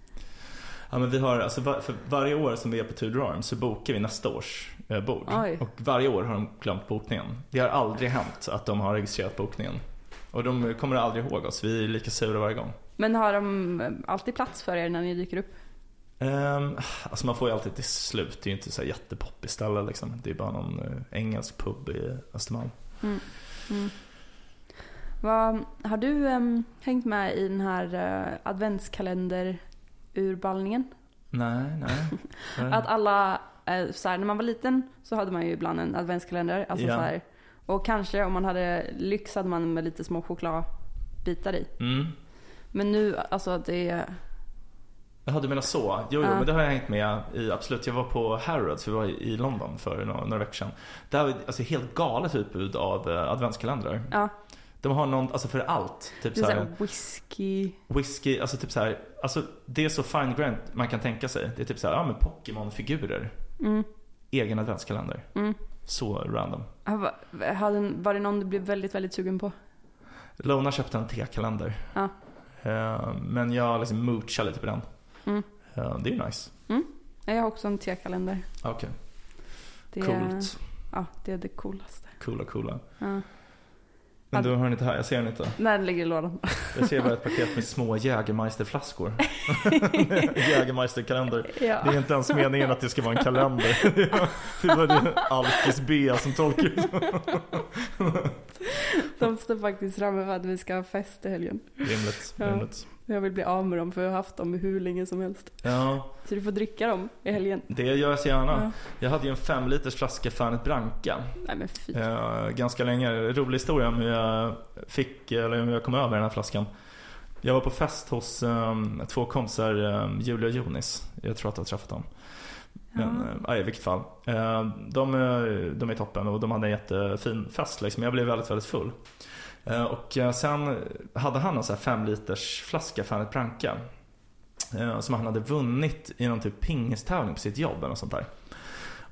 [SPEAKER 3] Ja, men vi har, alltså, var, för varje år som vi är på Tudor Arms så bokar vi nästa års eh, bord.
[SPEAKER 1] Oj.
[SPEAKER 3] Och varje år har de glömt bokningen. Det har aldrig hänt att de har registrerat bokningen. Och de kommer aldrig ihåg oss. Vi är lika sura varje gång.
[SPEAKER 1] Men har de eh, alltid plats för er när ni dyker upp?
[SPEAKER 3] Ehm, alltså man får ju alltid till slut. Det är ju inte så här jättepoppigt ställe liksom. Det är bara någon eh, engelsk pub i Östermalm.
[SPEAKER 1] Vad, har du em, hängt med i den här eh, adventskalenderurballningen?
[SPEAKER 3] Nej, nej. nej.
[SPEAKER 1] Att alla, eh, så här, när man var liten så hade man ju ibland en adventskalender. Alltså
[SPEAKER 3] Ja.
[SPEAKER 1] så här, och kanske om man hade lyx hade man med lite små chokladbitar i.
[SPEAKER 3] Mm.
[SPEAKER 1] Men nu, alltså det är...
[SPEAKER 3] Jaha, du menar så. Jo, jo
[SPEAKER 1] Ja.
[SPEAKER 3] men det har jag hängt med i, absolut. Jag var på Harrods, vi var i i London för några, några veckor sedan. Där var det alltså, helt galet utbud av eh, adventskalendrar.
[SPEAKER 1] Ja,
[SPEAKER 3] De har någon, alltså för allt. Typ
[SPEAKER 1] det är
[SPEAKER 3] så
[SPEAKER 1] så
[SPEAKER 3] här,
[SPEAKER 1] här whisky.
[SPEAKER 3] whisky, alltså typ så här alltså det är så fine grant man kan tänka sig. Det är typ så här, ja men Pokémon-figurer.
[SPEAKER 1] Mm.
[SPEAKER 3] Egen adventskalender.
[SPEAKER 1] Mm.
[SPEAKER 3] Så random.
[SPEAKER 1] Ah, va- Hade, var det någon du blev väldigt, väldigt sugen på?
[SPEAKER 3] Lona köpte en tekalender.
[SPEAKER 1] Ja.
[SPEAKER 3] Eh, Men jag liksom moochar lite på den.
[SPEAKER 1] Mm.
[SPEAKER 3] Eh, Det är ju nice. Ah,
[SPEAKER 1] Nej, Jag har också en tekalender.
[SPEAKER 3] Okej,
[SPEAKER 1] Det Är,
[SPEAKER 3] coolt.
[SPEAKER 1] ja, det är det coolaste.
[SPEAKER 3] Coola, coola.
[SPEAKER 1] Ja.
[SPEAKER 3] Men du har den inte här, jag ser den inte.
[SPEAKER 1] Nej, den ligger i lådan.
[SPEAKER 3] Jag ser bara ett paket med små Jägermeisterflaskor. Jägermeisterkalender. Det
[SPEAKER 1] Ja.
[SPEAKER 3] är inte ens meningen att det ska vara en kalender. Det var det Alkis B som tolkar ut.
[SPEAKER 1] De står faktiskt framme för att vi ska ha fest i helgen.
[SPEAKER 3] Rimligt,
[SPEAKER 1] Ja.
[SPEAKER 3] rimligt.
[SPEAKER 1] Jag vill bli av med dem för jag har haft dem hur länge som helst.
[SPEAKER 3] Ja,
[SPEAKER 1] Så du får dricka dem i helgen.
[SPEAKER 3] det gör jag så gärna. Jag hade ju en fem liters flaska Fernet Branca.
[SPEAKER 1] Nej men fy.
[SPEAKER 3] Eh, ganska länge. Rolig historia om hur jag fick, eller hur jag kom över den här flaskan. Jag var på fest hos eh, två kompisar, eh, Julia och Jonis. Jag tror att jag har träffat dem. Men
[SPEAKER 1] Ja.
[SPEAKER 3] ja. i vilket fall. Eh, de, eh, de är toppen och de hade en jättefin fest liksom. Jag blev väldigt, väldigt full. Eh, och eh, sen hade han en sån här fem liters flaska Fernet Branca. Eh, som han hade vunnit i någon typ pingistävling på sitt jobb eller något sånt där.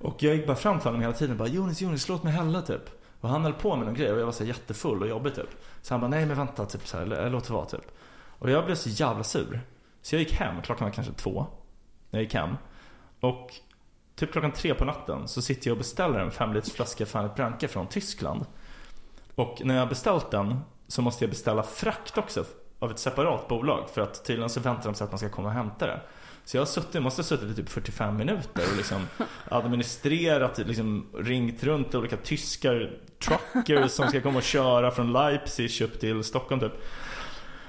[SPEAKER 3] Och jag gick bara fram till honom hela tiden och bara Jonis, Jonis, låt mig hälla typ. Och han höll på med någon grej och jag var så här jättefull och jobbig typ. Så han bara, nej men vänta typ så här, lä- låt det vara typ. Och jag blev så jävla sur. Så jag gick hem, klockan var kanske två. Jag gick hem. Och typ klockan tre på natten så sitter jag och beställer en femliters flaska Fernet Branca från Tyskland. Och när jag har beställt den så måste jag beställa frakt också av ett separat bolag. För att tydligen så väntar de sig att man ska komma och hämta det. Så jag har suttit, måste ha suttit i typ 45 minuter och liksom administrerat, liksom ringt runt till olika tyskar, truckers som ska komma och köra från Leipzig upp till Stockholm typ.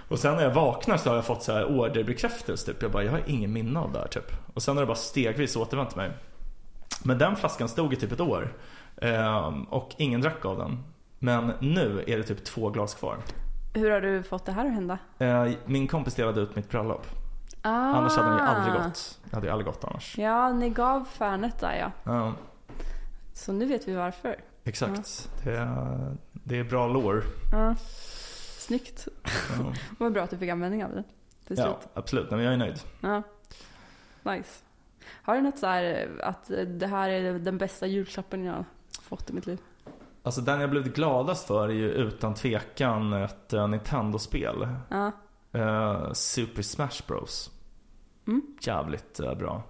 [SPEAKER 3] Och sen när jag vaknar så har jag fått så här orderbekräftelse typ. Jag bara, jag har ingen minne av det här typ. Och sen har det bara stegvis återvänt till mig. Men den flaskan stod i typ ett år. Ehm, och ingen drack av den. Men nu är det typ två glas kvar.
[SPEAKER 1] Hur har du fått det här att hända?
[SPEAKER 3] Eh, min kompis delade ut mitt bröllop.
[SPEAKER 1] Ah.
[SPEAKER 3] Annars hade den ju aldrig gått. Det hade ju aldrig gått annars.
[SPEAKER 1] Ja, ni gav Fernet där ja.
[SPEAKER 3] Ja,
[SPEAKER 1] Så nu vet vi varför.
[SPEAKER 3] exakt. Det, är, det är bra lår.
[SPEAKER 1] Ja. Snyggt.
[SPEAKER 3] Ja,
[SPEAKER 1] Vad bra att du fick användning av det till slut.
[SPEAKER 3] ja absolut. Nej, men jag är nöjd.
[SPEAKER 1] Ja. Nice. Har du något så här eh, att det här är den bästa julklappen jag har fått i mitt liv?
[SPEAKER 3] Alltså den jag blivit gladast för är ju utan tvekan ett eh, Nintendo-spel.
[SPEAKER 1] Ja.
[SPEAKER 3] Eh, Super Smash Bros.
[SPEAKER 1] Mm.
[SPEAKER 3] Jävligt eh, bra.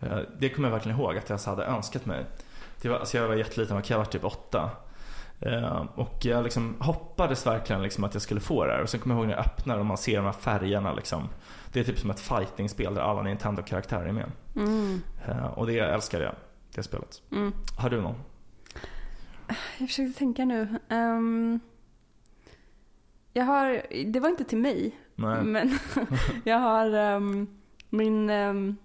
[SPEAKER 3] Eh, det kommer jag verkligen ihåg att jag så hade önskat mig. Det var, alltså jag var jätteliten, vad kan jag ha varit? Typ åtta. Eh, och jag liksom hoppades verkligen liksom att jag skulle få det här. Och sen kommer jag ihåg när jag öppnar och man ser de här färgerna liksom. Det är typ som ett fighting-spel där alla Nintendo-karaktärer är med.
[SPEAKER 1] Mm.
[SPEAKER 3] Eh, och det jag älskar jag, det spelet.
[SPEAKER 1] Mm.
[SPEAKER 3] Har du någon?
[SPEAKER 1] Jag försöker tänka nu. Ehm, jag har, det var inte till mig,
[SPEAKER 3] Nej.
[SPEAKER 1] men jag har ehm, min, ehm,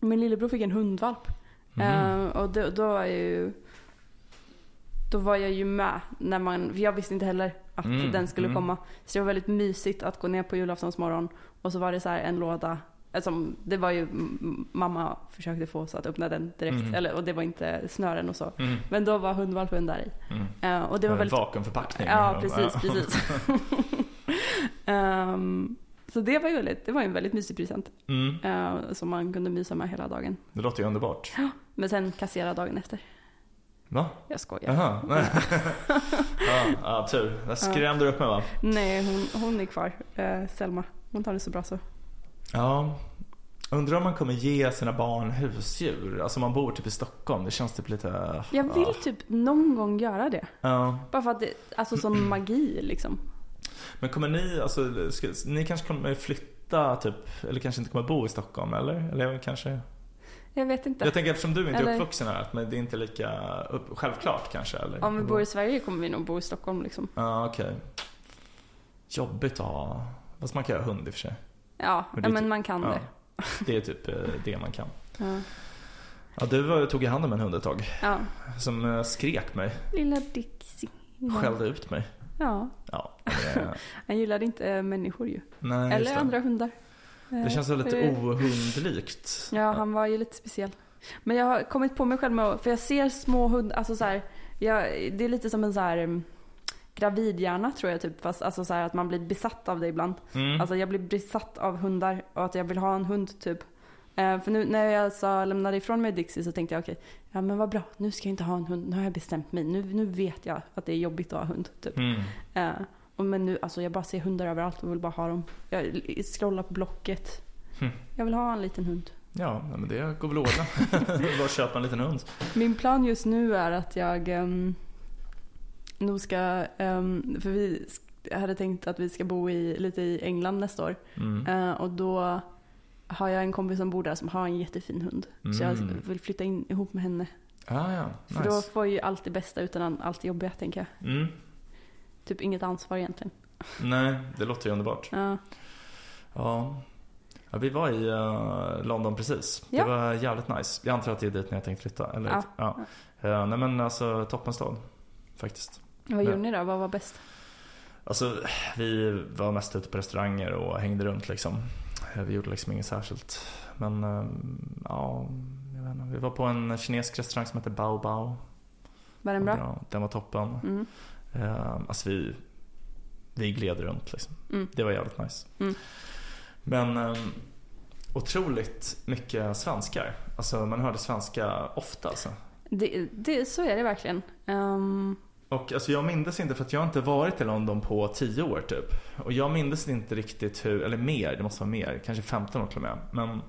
[SPEAKER 1] min lillebror fick en hundvalp.
[SPEAKER 3] Mhm.
[SPEAKER 1] Ehm, och då, då var jag ju då var jag ju med när man, för jag visste inte heller att
[SPEAKER 3] Mm,
[SPEAKER 1] den skulle
[SPEAKER 3] mm.
[SPEAKER 1] komma. Så det var väldigt mysigt att gå ner på julaftonsmorgon och så var det så här en låda, alltså, det var ju m- mamma försökte få oss att öppna den direkt
[SPEAKER 3] Mm.
[SPEAKER 1] eller, och det var inte snören och så.
[SPEAKER 3] Mm.
[SPEAKER 1] Men då var hundvalpen där i.
[SPEAKER 3] Mm.
[SPEAKER 1] Eh, och det var
[SPEAKER 3] en
[SPEAKER 1] väldigt...
[SPEAKER 3] Vakuumförpackning.
[SPEAKER 1] Ja, precis, precis. Ehm, så det var ju väldigt, det var ju en väldigt mysig present
[SPEAKER 3] Mm.
[SPEAKER 1] eh, som man kunde mysa med hela dagen.
[SPEAKER 3] Det låter ju underbart.
[SPEAKER 1] Men sen kassera dagen efter.
[SPEAKER 3] Va?
[SPEAKER 1] Jag skojar.
[SPEAKER 3] Jaha, nej. ja, ja, tur. Där skrämde du upp mig va?
[SPEAKER 1] Nej, hon, hon är kvar. Eh, Selma. Hon tar det så bra så.
[SPEAKER 3] Ja. Undrar om man kommer ge sina barn husdjur? Alltså man bor typ i Stockholm, det känns typ lite...
[SPEAKER 1] Jag vill typ någon gång göra det.
[SPEAKER 3] Ja.
[SPEAKER 1] Bara för att det, alltså sån magi liksom.
[SPEAKER 3] Men kommer ni, alltså, ska, ni kanske kommer flytta typ, eller kanske inte kommer bo i Stockholm eller? Eller kanske?
[SPEAKER 1] Jag vet inte.
[SPEAKER 3] Jag tänker eftersom du inte
[SPEAKER 1] Eller-
[SPEAKER 3] är uppvuxen här, att men det är inte lika upp, självklart kanske? Eller?
[SPEAKER 1] Om vi bor i Sverige kommer vi nog bo i Stockholm liksom.
[SPEAKER 3] Ja, okej. Jobbigt att ha... Fast man kan ha hund i och för sig.
[SPEAKER 1] Ja, men,
[SPEAKER 3] Men det är
[SPEAKER 1] ja, men
[SPEAKER 3] typ-
[SPEAKER 1] man kan
[SPEAKER 3] Ja.
[SPEAKER 1] det.
[SPEAKER 3] Det är typ eh, det man kan.
[SPEAKER 1] Ja.
[SPEAKER 3] Ja, du var- tog ju hand om en hund ett tag.
[SPEAKER 1] ja.
[SPEAKER 3] Som eh, skrek mig,
[SPEAKER 1] Lilla Dixie.
[SPEAKER 3] skällde ut mig.
[SPEAKER 1] Ja.
[SPEAKER 3] Ja, eh,
[SPEAKER 1] Han gillade inte eh, människor ju.
[SPEAKER 3] nej, just
[SPEAKER 1] Eller
[SPEAKER 3] det.
[SPEAKER 1] andra hundar.
[SPEAKER 3] Det
[SPEAKER 1] Eh,
[SPEAKER 3] känns väldigt
[SPEAKER 1] eh,
[SPEAKER 3] ohundlikt.
[SPEAKER 1] Ja, han var ju lite speciell. Men jag har kommit på mig själv med, att- för jag ser små hundar, alltså så här, jag, det är lite som en så här mm, gravidhjärna tror jag typ. Fast alltså så här att man blir besatt av det ibland.
[SPEAKER 3] Mm.
[SPEAKER 1] Alltså jag blir besatt av hundar och att jag vill ha en hund typ. Eh, för nu när jag så lämnade ifrån mig Dixie så tänkte jag okej, ja men vad bra, nu ska jag inte ha en hund, nu har jag bestämt mig, nu, nu vet jag att det är jobbigt att ha hund typ.
[SPEAKER 3] Mm.
[SPEAKER 1] Eh, och men nu, alltså jag bara ser hundar överallt och vill bara ha dem. Jag scrollar på Blocket.
[SPEAKER 3] Hmm.
[SPEAKER 1] Jag vill ha en liten hund.
[SPEAKER 3] Ja, nej, men det går väl att ordna. Bara köpa en liten hund.
[SPEAKER 1] Min plan just nu är att jag um, nog ska, ehm, för vi sk- hade tänkt att vi ska bo i, lite i England nästa år.
[SPEAKER 3] Mm.
[SPEAKER 1] Eh, och då har jag en kompis som bor där som har en jättefin hund. Så jag
[SPEAKER 3] Mm.
[SPEAKER 1] vill flytta in ihop med henne.
[SPEAKER 3] Ah, ja,
[SPEAKER 1] För då
[SPEAKER 3] nice.
[SPEAKER 1] får ju allt det bästa utan allt det jobbiga tänker jag.
[SPEAKER 3] Mm.
[SPEAKER 1] Typ inget ansvar egentligen.
[SPEAKER 3] Nej, det låter ju underbart.
[SPEAKER 1] Ja.
[SPEAKER 3] Ja. ja vi var i eh, London precis.
[SPEAKER 1] Ja.
[SPEAKER 3] Det var jävligt nice. Jag antar att det är dit ni har tänkt flytta. Eller?
[SPEAKER 1] Ja.
[SPEAKER 3] Ja. Eh, nej men alltså toppenstad. Faktiskt.
[SPEAKER 1] Vad gjorde ni då? Vad var bäst?
[SPEAKER 3] Alltså vi var mest ute på restauranger och hängde runt liksom. Eh, Vi gjorde liksom inget särskilt. Men eh, ja, jag vet inte. Vi var på en kinesisk restaurang som heter Bao Bao.
[SPEAKER 1] Var den bra?
[SPEAKER 3] Ja, den var toppen.
[SPEAKER 1] Mm.
[SPEAKER 3] Eh, alltså vi, vi gled runt liksom.
[SPEAKER 1] Mm.
[SPEAKER 3] Det var jävligt nice.
[SPEAKER 1] Mm.
[SPEAKER 3] Men eh, otroligt mycket svenskar. Alltså man hörde svenska ofta alltså.
[SPEAKER 1] Det, det, så är det verkligen. Ehm,
[SPEAKER 3] Och alltså jag mindes inte för att jag inte varit i London på 10 år typ. Och jag mindes inte riktigt hur, eller mer, det måste vara mer, kanske 15 år till och med. Men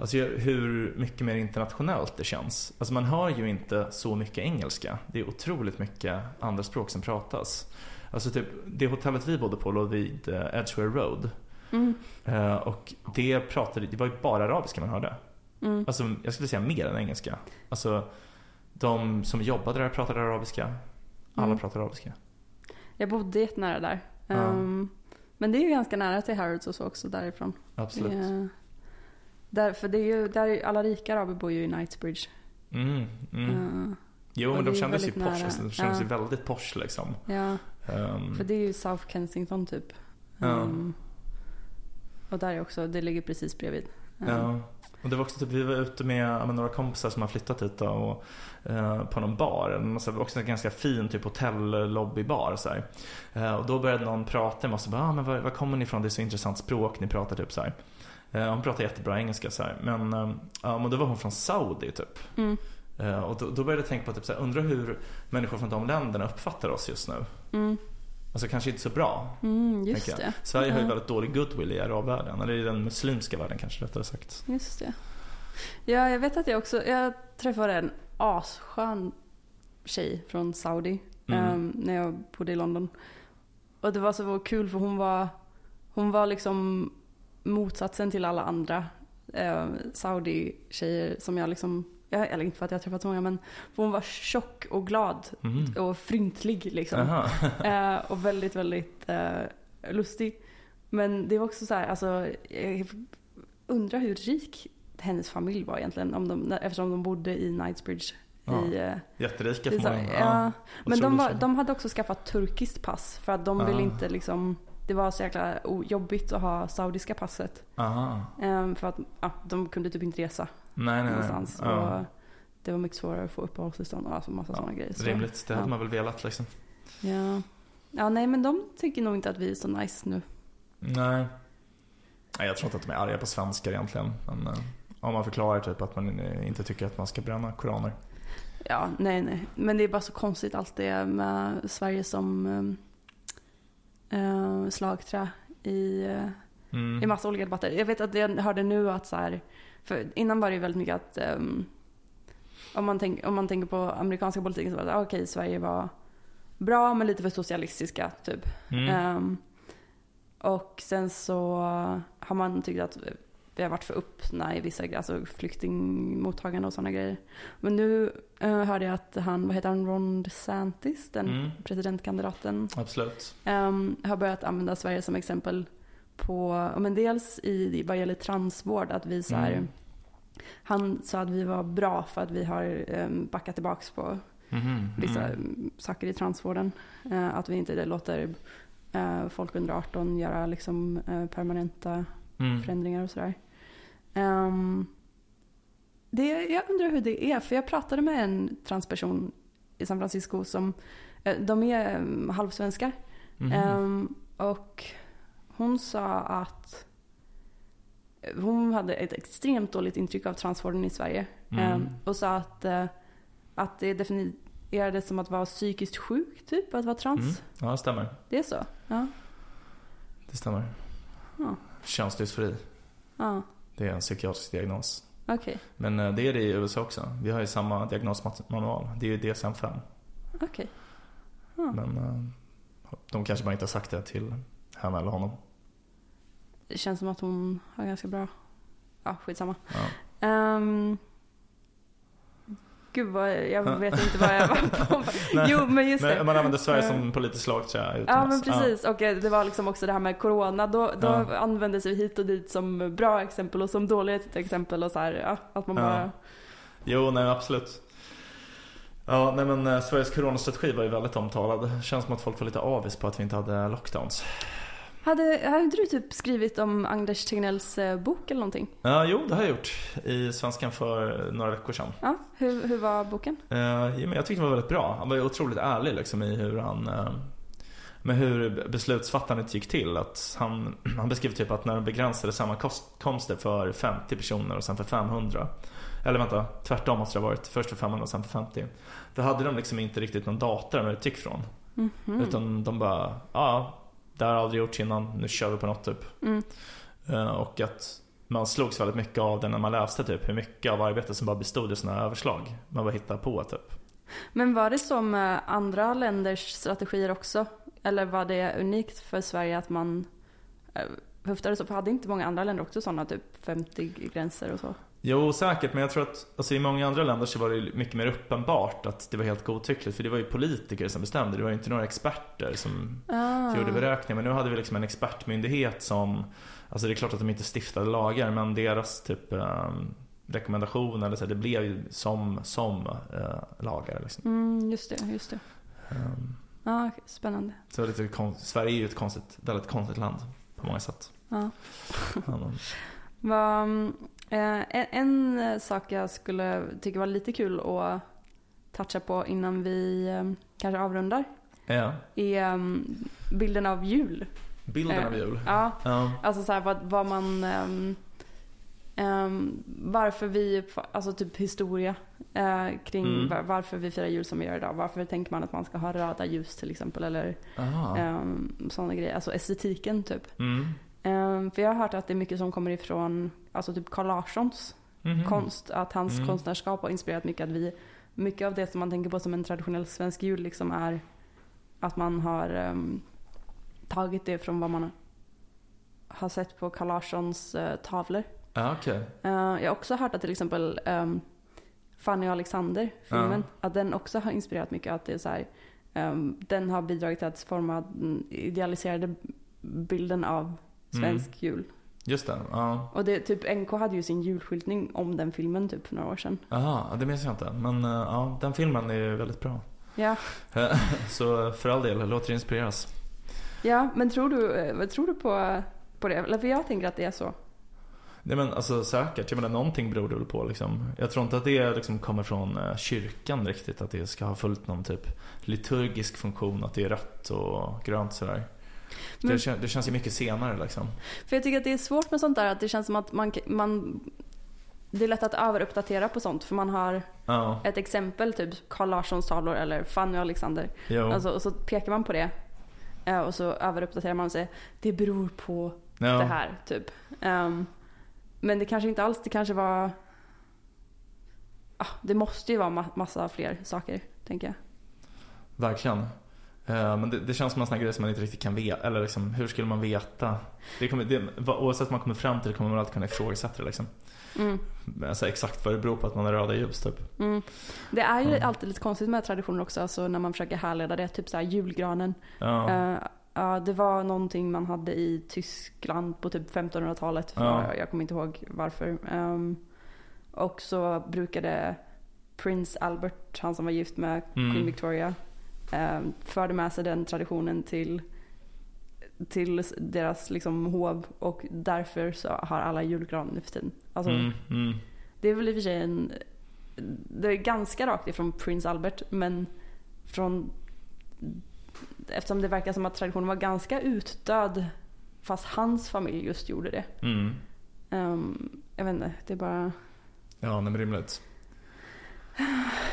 [SPEAKER 3] alltså jag- hur mycket mer internationellt det känns. Alltså man hör ju inte så mycket engelska. Det är otroligt mycket andra språk som pratas. Alltså typ det hotellet vi bodde på låg vid eh, Edgware Road.
[SPEAKER 1] mm,
[SPEAKER 3] Eh, Och det pratade, det var ju bara arabiska man hörde.
[SPEAKER 1] mm.
[SPEAKER 3] Alltså jag skulle säga mer än engelska. Alltså de som jobbade där pratade arabiska. Alla
[SPEAKER 1] Mm.
[SPEAKER 3] pratade arabiska.
[SPEAKER 1] Jag bodde jättenära där.
[SPEAKER 3] Ja.
[SPEAKER 1] Ehm, men det är ju ganska nära till Harrods och så också därifrån.
[SPEAKER 3] Absolut.
[SPEAKER 1] Det- där, för det är ju, där är, ju- alla rika araber bor ju i Knightsbridge.
[SPEAKER 3] Mm, mm.
[SPEAKER 1] Ehm,
[SPEAKER 3] Jo,
[SPEAKER 1] och
[SPEAKER 3] men
[SPEAKER 1] det är
[SPEAKER 3] de
[SPEAKER 1] ju
[SPEAKER 3] kändes ju
[SPEAKER 1] väldigt
[SPEAKER 3] posh.
[SPEAKER 1] nära.
[SPEAKER 3] Alltså, de kändes ju
[SPEAKER 1] Ja.
[SPEAKER 3] väldigt posh liksom.
[SPEAKER 1] Eh, ja,
[SPEAKER 3] Ehm,
[SPEAKER 1] för det är ju South Kensington typ.
[SPEAKER 3] Ja.
[SPEAKER 1] Ehm, och där är också, det ligger precis bredvid. Ehm,
[SPEAKER 3] ja. Och det var också typ, vi var ute med, ja, men några kompisar som har flyttat hit då, och, eh, på någon bar. En massa- Också en ganska fin typ hotellobbybar. Så här. Eh, och då började någon prata med oss och bara, ah, men var, var kommer ni ifrån? Det är så intressant språk ni pratar typ så här. Eh, hon pratar jättebra engelska så här. Men, eh, ja, men då var hon från Saudi typ.
[SPEAKER 1] Mm,
[SPEAKER 3] Eh, och då, då började jag tänka på typ så här, undrar hur människor från de länderna uppfattar oss just nu.
[SPEAKER 1] mm,
[SPEAKER 3] Alltså kanske inte så bra.
[SPEAKER 1] mm, just
[SPEAKER 3] Tänker
[SPEAKER 1] det.
[SPEAKER 3] Sverige har ju
[SPEAKER 1] Ja.
[SPEAKER 3] väldigt dålig goodwill i arabvärlden, eller i den muslimska världen kanske rättare sagt.
[SPEAKER 1] Just det. Ja, jag vet att jag också, jag träffade en asskön tjej från Saudi
[SPEAKER 3] Mm.
[SPEAKER 1] ehm, när jag bodde i London. Och det var så kul för hon var, hon var liksom motsatsen till alla andra um, Saudi-tjejer som jag liksom, jag, eller inte för att jag har träffat så många men för hon var tjock och glad
[SPEAKER 3] Mm.
[SPEAKER 1] och fryntlig liksom.
[SPEAKER 3] Aha.
[SPEAKER 1] Eh, och väldigt, väldigt eh, lustig. Men det var också så här, alltså, jag undrar hur rik hennes familj var egentligen. Om de, eftersom de bodde i Knightsbridge.
[SPEAKER 3] Ja,
[SPEAKER 1] I, eh,
[SPEAKER 3] Jätterika
[SPEAKER 1] i, Sa-
[SPEAKER 3] förmodligen.
[SPEAKER 1] ja. Men de,
[SPEAKER 3] otroligt
[SPEAKER 1] var,
[SPEAKER 3] fint.
[SPEAKER 1] de hade också skaffat turkiskt pass för att de
[SPEAKER 3] Ah.
[SPEAKER 1] ville inte liksom det var så jäkla o- jobbigt att ha saudiska passet.
[SPEAKER 3] Aha.
[SPEAKER 1] eh, För att ja, de kunde typ inte resa
[SPEAKER 3] Nej, nej, nej.
[SPEAKER 1] någonstans.
[SPEAKER 3] Ja.
[SPEAKER 1] Och det var mycket svårare att få uppehållstillstånd och alltså massa
[SPEAKER 3] Ja,
[SPEAKER 1] sådana grejer. Så-
[SPEAKER 3] Rimligt, det hade
[SPEAKER 1] Ja.
[SPEAKER 3] man väl velat liksom.
[SPEAKER 1] Ja. ja, nej men de tycker nog inte att vi är så nice nu.
[SPEAKER 3] Nej. nej. Jag tror inte att de är arga på svenskar egentligen. Men eh, om man förklarar typ att man eh, inte tycker att man ska bränna koraner.
[SPEAKER 1] Ja, nej, nej. Men det är bara så konstigt allt det med Sverige som ehm, eh, eh, slagträ i, eh,
[SPEAKER 3] Mm.
[SPEAKER 1] i massa olika debatter. Jag vet att jag hörde nu att så här, för innan var det ju väldigt mycket att ehm, om, man tänk, om man tänker på amerikanska politiken så var det så här, "Ah, okej, Sverige var bra men lite för socialistiska typ.
[SPEAKER 3] Mm.
[SPEAKER 1] Ehm, och sen så har man tyckt att vi har varit för öppna i vissa grejer, alltså flyktingmottagande och sådana grejer. Men nu eh, hörde jag att han, vad heter han, Ron DeSantis, den
[SPEAKER 3] Mm.
[SPEAKER 1] presidentkandidaten,
[SPEAKER 3] Absolut.
[SPEAKER 1] ehm, har börjat använda Sverige som exempel på, ja, men dels i, vad gäller transvård, att vi så här,
[SPEAKER 3] Mm.
[SPEAKER 1] han sa att vi var bra för att vi har um, backat tillbaks på
[SPEAKER 3] Mhm,
[SPEAKER 1] vissa
[SPEAKER 3] Mm.
[SPEAKER 1] mm, saker i transvården. Eh, att vi inte låter eh, folk under 18 göra liksom, eh, permanenta
[SPEAKER 3] Mm.
[SPEAKER 1] förändringar och sådär. Ehm, det, jag undrar hur det är, för jag pratade med en transperson i San Francisco som Eh, De är um, halvsvenskar.
[SPEAKER 3] Mhm.
[SPEAKER 1] Ehm, och hon sa att eh, hon hade ett extremt dåligt intryck av transvården i Sverige.
[SPEAKER 3] Mm.
[SPEAKER 1] Ehm, och sa att, eh, att det definierades som att vara psykiskt sjuk, typ, att vara trans.
[SPEAKER 3] Mm. Ja, det stämmer.
[SPEAKER 1] Det är så? Ja.
[SPEAKER 3] Det stämmer.
[SPEAKER 1] Ja.
[SPEAKER 3] Könsdysfori,
[SPEAKER 1] ja.
[SPEAKER 3] det är en psykiatrisk diagnos.
[SPEAKER 1] Okej.
[SPEAKER 3] Men eh, det är det i USA också. Vi har ju samma diagnosmanual. Det är ju DSM-5.
[SPEAKER 1] Okej.
[SPEAKER 3] Men eh, de kanske bara inte har sagt det till henne eller honom.
[SPEAKER 1] Det känns som att hon har ganska bra... Ja, skitsamma.
[SPEAKER 3] Ja.
[SPEAKER 1] Um, gud, vad, jag vet inte vad jag var på. jo, men just det. Ehm,
[SPEAKER 3] Men man använder Sverige som politiskt slagträ
[SPEAKER 1] Ja
[SPEAKER 3] utomlands.
[SPEAKER 1] men precis och eh, det var liksom också det här med corona. Då, då
[SPEAKER 3] Ja. användes
[SPEAKER 1] användes vi hit och dit som bra exempel och som dåliga exempel och så här, ja, att man
[SPEAKER 3] Ja.
[SPEAKER 1] bara...
[SPEAKER 3] Jo, nej absolut. Ja, nej men eh, Sveriges coronastrategi var ju väldigt omtalad. Känns som att folk var lite avis på att vi inte hade lockdowns.
[SPEAKER 1] Hade, hade inte du typ skrivit om Anders Tegnells eh, bok eller någonting?
[SPEAKER 3] Ja, jo det har jag gjort. I Svenskan för några veckor sedan.
[SPEAKER 1] Ja, hur, hur var boken?
[SPEAKER 3] Eh, ja, men jag tyckte det var väldigt bra. Han var ju otroligt ärlig liksom i hur han eh, med hur beslutsfattandet gick till. Att han, han beskrev typ att när de begränsade sammankomster för 50 personer och sen för 500. Eller vänta, tvärtom måste det ha varit. Först för 500 och sen för 50. Då hade de liksom inte riktigt någon data de utgick från.
[SPEAKER 1] Mhm.
[SPEAKER 3] Utan de bara, ja, det här har aldrig gjorts innan, nu kör vi på något typ.
[SPEAKER 1] Mm.
[SPEAKER 3] Eh, Och att man slogs väldigt mycket av det när man läste typ hur mycket av arbetet som bara bestod i sådana överslag. Man bara hittade på typ.
[SPEAKER 1] Men var det som eh, andra länders strategier också? Eller var det unikt för Sverige att man eh, höftade så? För hade inte många andra länder också sådana typ 50-gränser och så?
[SPEAKER 3] Jo, säkert. Men jag tror att alltså, i många andra länder så var det ju mycket mer uppenbart att det var helt godtyckligt. För det var ju politiker som bestämde. Det var ju inte några experter som
[SPEAKER 1] Ah.
[SPEAKER 3] gjorde beräkningar. Men nu hade vi liksom en expertmyndighet som, alltså det är klart att de inte stiftade lagar. Men deras typ eh, rekommendationer, eller så, här, det blev ju som, som eh, lagar. Liksom.
[SPEAKER 1] Mm, just det, just det.
[SPEAKER 3] Eh,
[SPEAKER 1] Ja, okej, spännande.
[SPEAKER 3] så det var lite kon- Sverige är ju ett konstigt, väldigt konstigt land på många sätt.
[SPEAKER 1] Ja.
[SPEAKER 3] Men,
[SPEAKER 1] Vad, eh, en, en eh, sak jag skulle tycka var lite kul att toucha på innan vi eh, kanske avrundar
[SPEAKER 3] eh,
[SPEAKER 1] är eh, bilden av jul.
[SPEAKER 3] bilden
[SPEAKER 1] Eh,
[SPEAKER 3] av jul.
[SPEAKER 1] Ja,
[SPEAKER 3] Ja.
[SPEAKER 1] alltså så här, vad, vad man... ehm, ehm, varför vi, alltså typ historia eh, kring
[SPEAKER 3] Mm.
[SPEAKER 1] var, varför vi firar jul som vi gör idag. Varför tänker man att man ska ha röda ljus till exempel eller
[SPEAKER 3] Aha.
[SPEAKER 1] ehm, sådana grejer. Alltså estetiken typ.
[SPEAKER 3] Mm.
[SPEAKER 1] Ehm, för jag har hört att det är mycket som kommer ifrån alltså typ Carl Larssons
[SPEAKER 3] Mhm.
[SPEAKER 1] konst. Att hans
[SPEAKER 3] Mm.
[SPEAKER 1] konstnärskap har inspirerat mycket. Att vi, mycket av det som man tänker på som en traditionell svensk jul liksom är att man har ehm, tagit det från vad man har sett på Carl Larssons eh, tavlor.
[SPEAKER 3] Ja, okej.
[SPEAKER 1] Eh, jag har också hört att till exempel ehm, Fanny och Alexander, filmen, att den också har inspirerat mycket. Att det är så här, ehm, den har bidragit till att forma den idealiserade bilden av svensk jul.
[SPEAKER 3] Just det. Ja.
[SPEAKER 1] Och det, typ NK hade ju sin julskyltning om den filmen typ för några år sedan.
[SPEAKER 3] Jaha, det minns jag inte. Men eh, ja, den filmen är ju väldigt bra.
[SPEAKER 1] Ja,
[SPEAKER 3] Så eh, för all del, låt er inspireras.
[SPEAKER 1] ja men tror du, eh, vad tror du på, på det? Eller för jag tänker att det är så.
[SPEAKER 3] Nej men alltså säkert, jag menar någonting beror det väl på liksom. Jag tror inte att det liksom kommer från eh, kyrkan riktigt, att det ska ha fullt någon typ liturgisk funktion, att det är rött och grönt sådär.
[SPEAKER 1] Men-
[SPEAKER 3] Det, kän- det känns ju mycket senare liksom.
[SPEAKER 1] För jag tycker att det är svårt med sånt där att det känns som att man, man det är lätt att överuppdatera på sånt för man har
[SPEAKER 3] Ja,
[SPEAKER 1] ett exempel, typ Carl Larssons tavlor eller Fanny och Alexander.
[SPEAKER 3] jo.
[SPEAKER 1] Alltså, och så pekar man på det eh, och så överuppdaterar man och säger det beror på
[SPEAKER 3] ja.
[SPEAKER 1] det här typ. Ehm, men det kanske inte alls, det kanske var... Ah, det måste ju vara ma- massa fler saker tänker jag.
[SPEAKER 3] Verkligen. Eh, Men det, det känns som en sån här grej som man inte riktigt kan veta. Eller liksom, hur skulle man veta? Det kommer, det, vad- oavsett vad man kommer fram till kommer man alltid kunna ifrågasätta det liksom.
[SPEAKER 1] Mm.
[SPEAKER 3] Alltså, exakt vad det beror på att man har röda ljus typ.
[SPEAKER 1] Mm. Det är ju
[SPEAKER 3] Mm.
[SPEAKER 1] alltid lite konstigt med traditioner också, alltså när man försöker härleda det. Typ så här julgranen.
[SPEAKER 3] Ja,
[SPEAKER 1] Eh, ja, det var någonting man hade i Tyskland på typ 1500-talet. För
[SPEAKER 3] Ja.
[SPEAKER 1] Jag kommer inte ihåg varför. Ehm, och så brukade prins Albert, han som var gift med
[SPEAKER 3] Mm.
[SPEAKER 1] Queen Victoria, um, förde med sig den traditionen till till deras liksom hov och därför så har alla julgran nu för tiden. Alltså,
[SPEAKER 3] mm, mm.
[SPEAKER 1] det är väl i och för sig en... Det är ganska rakt ifrån Prince Albert men från eftersom det verkar som att traditionen var ganska utdöd fast hans familj just gjorde det.
[SPEAKER 3] Mm.
[SPEAKER 1] Ehm, jag vet inte, det är bara
[SPEAKER 3] Ja, nej men rimligt.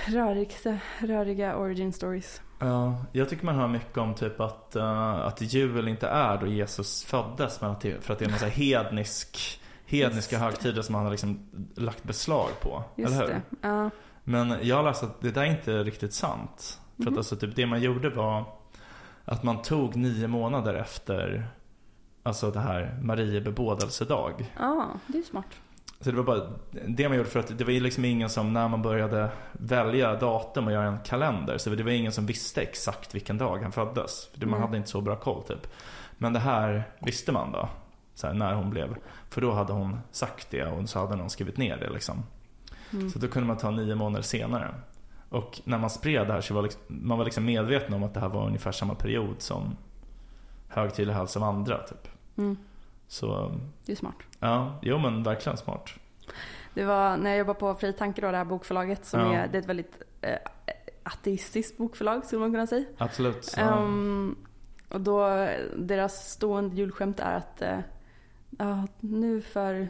[SPEAKER 1] röriga, röriga origin stories.
[SPEAKER 3] Ja, jag tycker man hör mycket om typ att, eh, att jul inte är då Jesus föddes men att det, för att det är en massa hednisk, hedniska
[SPEAKER 1] Just det.
[SPEAKER 3] högtider som han har liksom lagt beslag på.
[SPEAKER 1] Just
[SPEAKER 3] eller hur?
[SPEAKER 1] det. Ja.
[SPEAKER 3] Men jag har läst att det där är inte riktigt sant. För att
[SPEAKER 1] Mhm.
[SPEAKER 3] alltså typ det man gjorde var att man tog nio månader efter Alltså det här Marie bebådelsedag.
[SPEAKER 1] Ja, det är smart.
[SPEAKER 3] Så det var bara det man gjorde för att det var ju liksom ingen som när man började välja datum och göra en kalender så det var ingen som visste exakt vilken dag han föddes. För det- man
[SPEAKER 1] Nej.
[SPEAKER 3] hade inte så bra koll typ. Men det här visste man då. Så här, när hon blev. För då hade hon sagt det och så hade någon skrivit ner det liksom.
[SPEAKER 1] Mm.
[SPEAKER 3] Så då kunde man ta nio månader senare. Och när man spred det här så var liksom, man var liksom medveten om att det här var ungefär samma period som högtidlig hals av andra typ.
[SPEAKER 1] Mm,
[SPEAKER 3] Så
[SPEAKER 1] det är smart.
[SPEAKER 3] ja, jo men verkligen smart.
[SPEAKER 1] Det var när jag jobbade på Fri Tanke då, det här bokförlaget som
[SPEAKER 3] Ja.
[SPEAKER 1] är, det är ett väldigt eh, ateistiskt bokförlag skulle man kunna säga.
[SPEAKER 3] Absolut.
[SPEAKER 1] Ehm, och då deras stående julskämt är att eh, ja, nu för,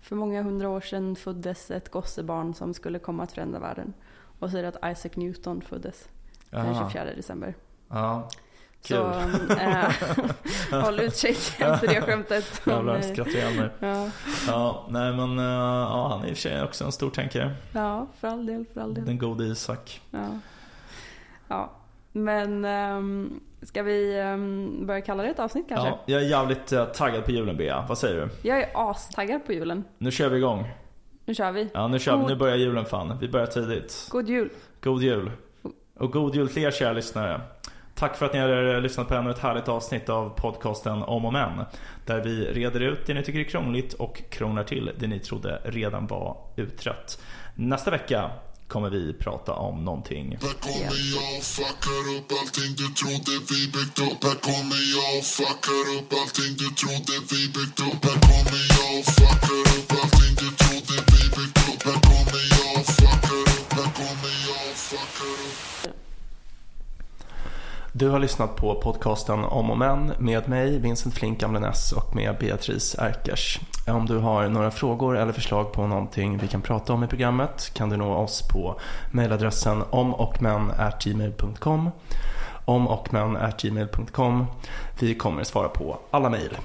[SPEAKER 1] för många hundra år sedan föddes ett gossebarn som skulle komma att förändra världen. Och så är det att Isaac Newton föddes
[SPEAKER 3] ja.
[SPEAKER 1] den 24 december.
[SPEAKER 3] Ja,
[SPEAKER 1] Så eh, håll utkik efter det skämtet.
[SPEAKER 3] jävlar
[SPEAKER 1] Men, eh,
[SPEAKER 3] skrattar jag nu.
[SPEAKER 1] ja,
[SPEAKER 3] Ja, nej men eh, ja, han är i och för sig också en stor tänkare.
[SPEAKER 1] ja, för all del, för all del.
[SPEAKER 3] Den gode Isak.
[SPEAKER 1] Ja. ja. Men ehm, ska vi ehm, börja kalla det ett avsnitt kanske?
[SPEAKER 3] Ja, jag är jävligt eh, taggad på julen Bea. Vad säger du?
[SPEAKER 1] Jag är astaggad på julen.
[SPEAKER 3] Nu kör vi igång.
[SPEAKER 1] Nu kör vi.
[SPEAKER 3] Ja, nu kör vi.
[SPEAKER 1] God-
[SPEAKER 3] Nu börjar julen fan. Vi börjar tidigt.
[SPEAKER 1] God jul.
[SPEAKER 3] God jul. Och god jul till er kära lyssnare. Tack för att ni har eh, lyssnat på ännu ett härligt avsnitt av podcasten Om och Men. Där vi reder ut det ni tycker är krångligt och krånglar till det ni trodde redan var utrett. Nästa vecka kommer vi prata om någonting.
[SPEAKER 2] Här kommer jag och fuckar upp allting du trodde vi byggt upp. Här kommer jag och fuckar upp allting du trodde vi byggt upp. Här kommer jag och fuckar upp allting du trodde vi byggt upp. Här kommer jag och fuckar upp. Här kommer jag och fuckar upp.
[SPEAKER 3] Du har lyssnat på podcasten Om och Män med mig Vincent Flink Amlenäs och med Beatrice Erkers. Om du har några frågor eller förslag på någonting vi kan prata om i programmet kan du nå oss på mejladressen omochmän@gmail.com. Omochmän@gmail.com. Vi kommer svara på alla mejl.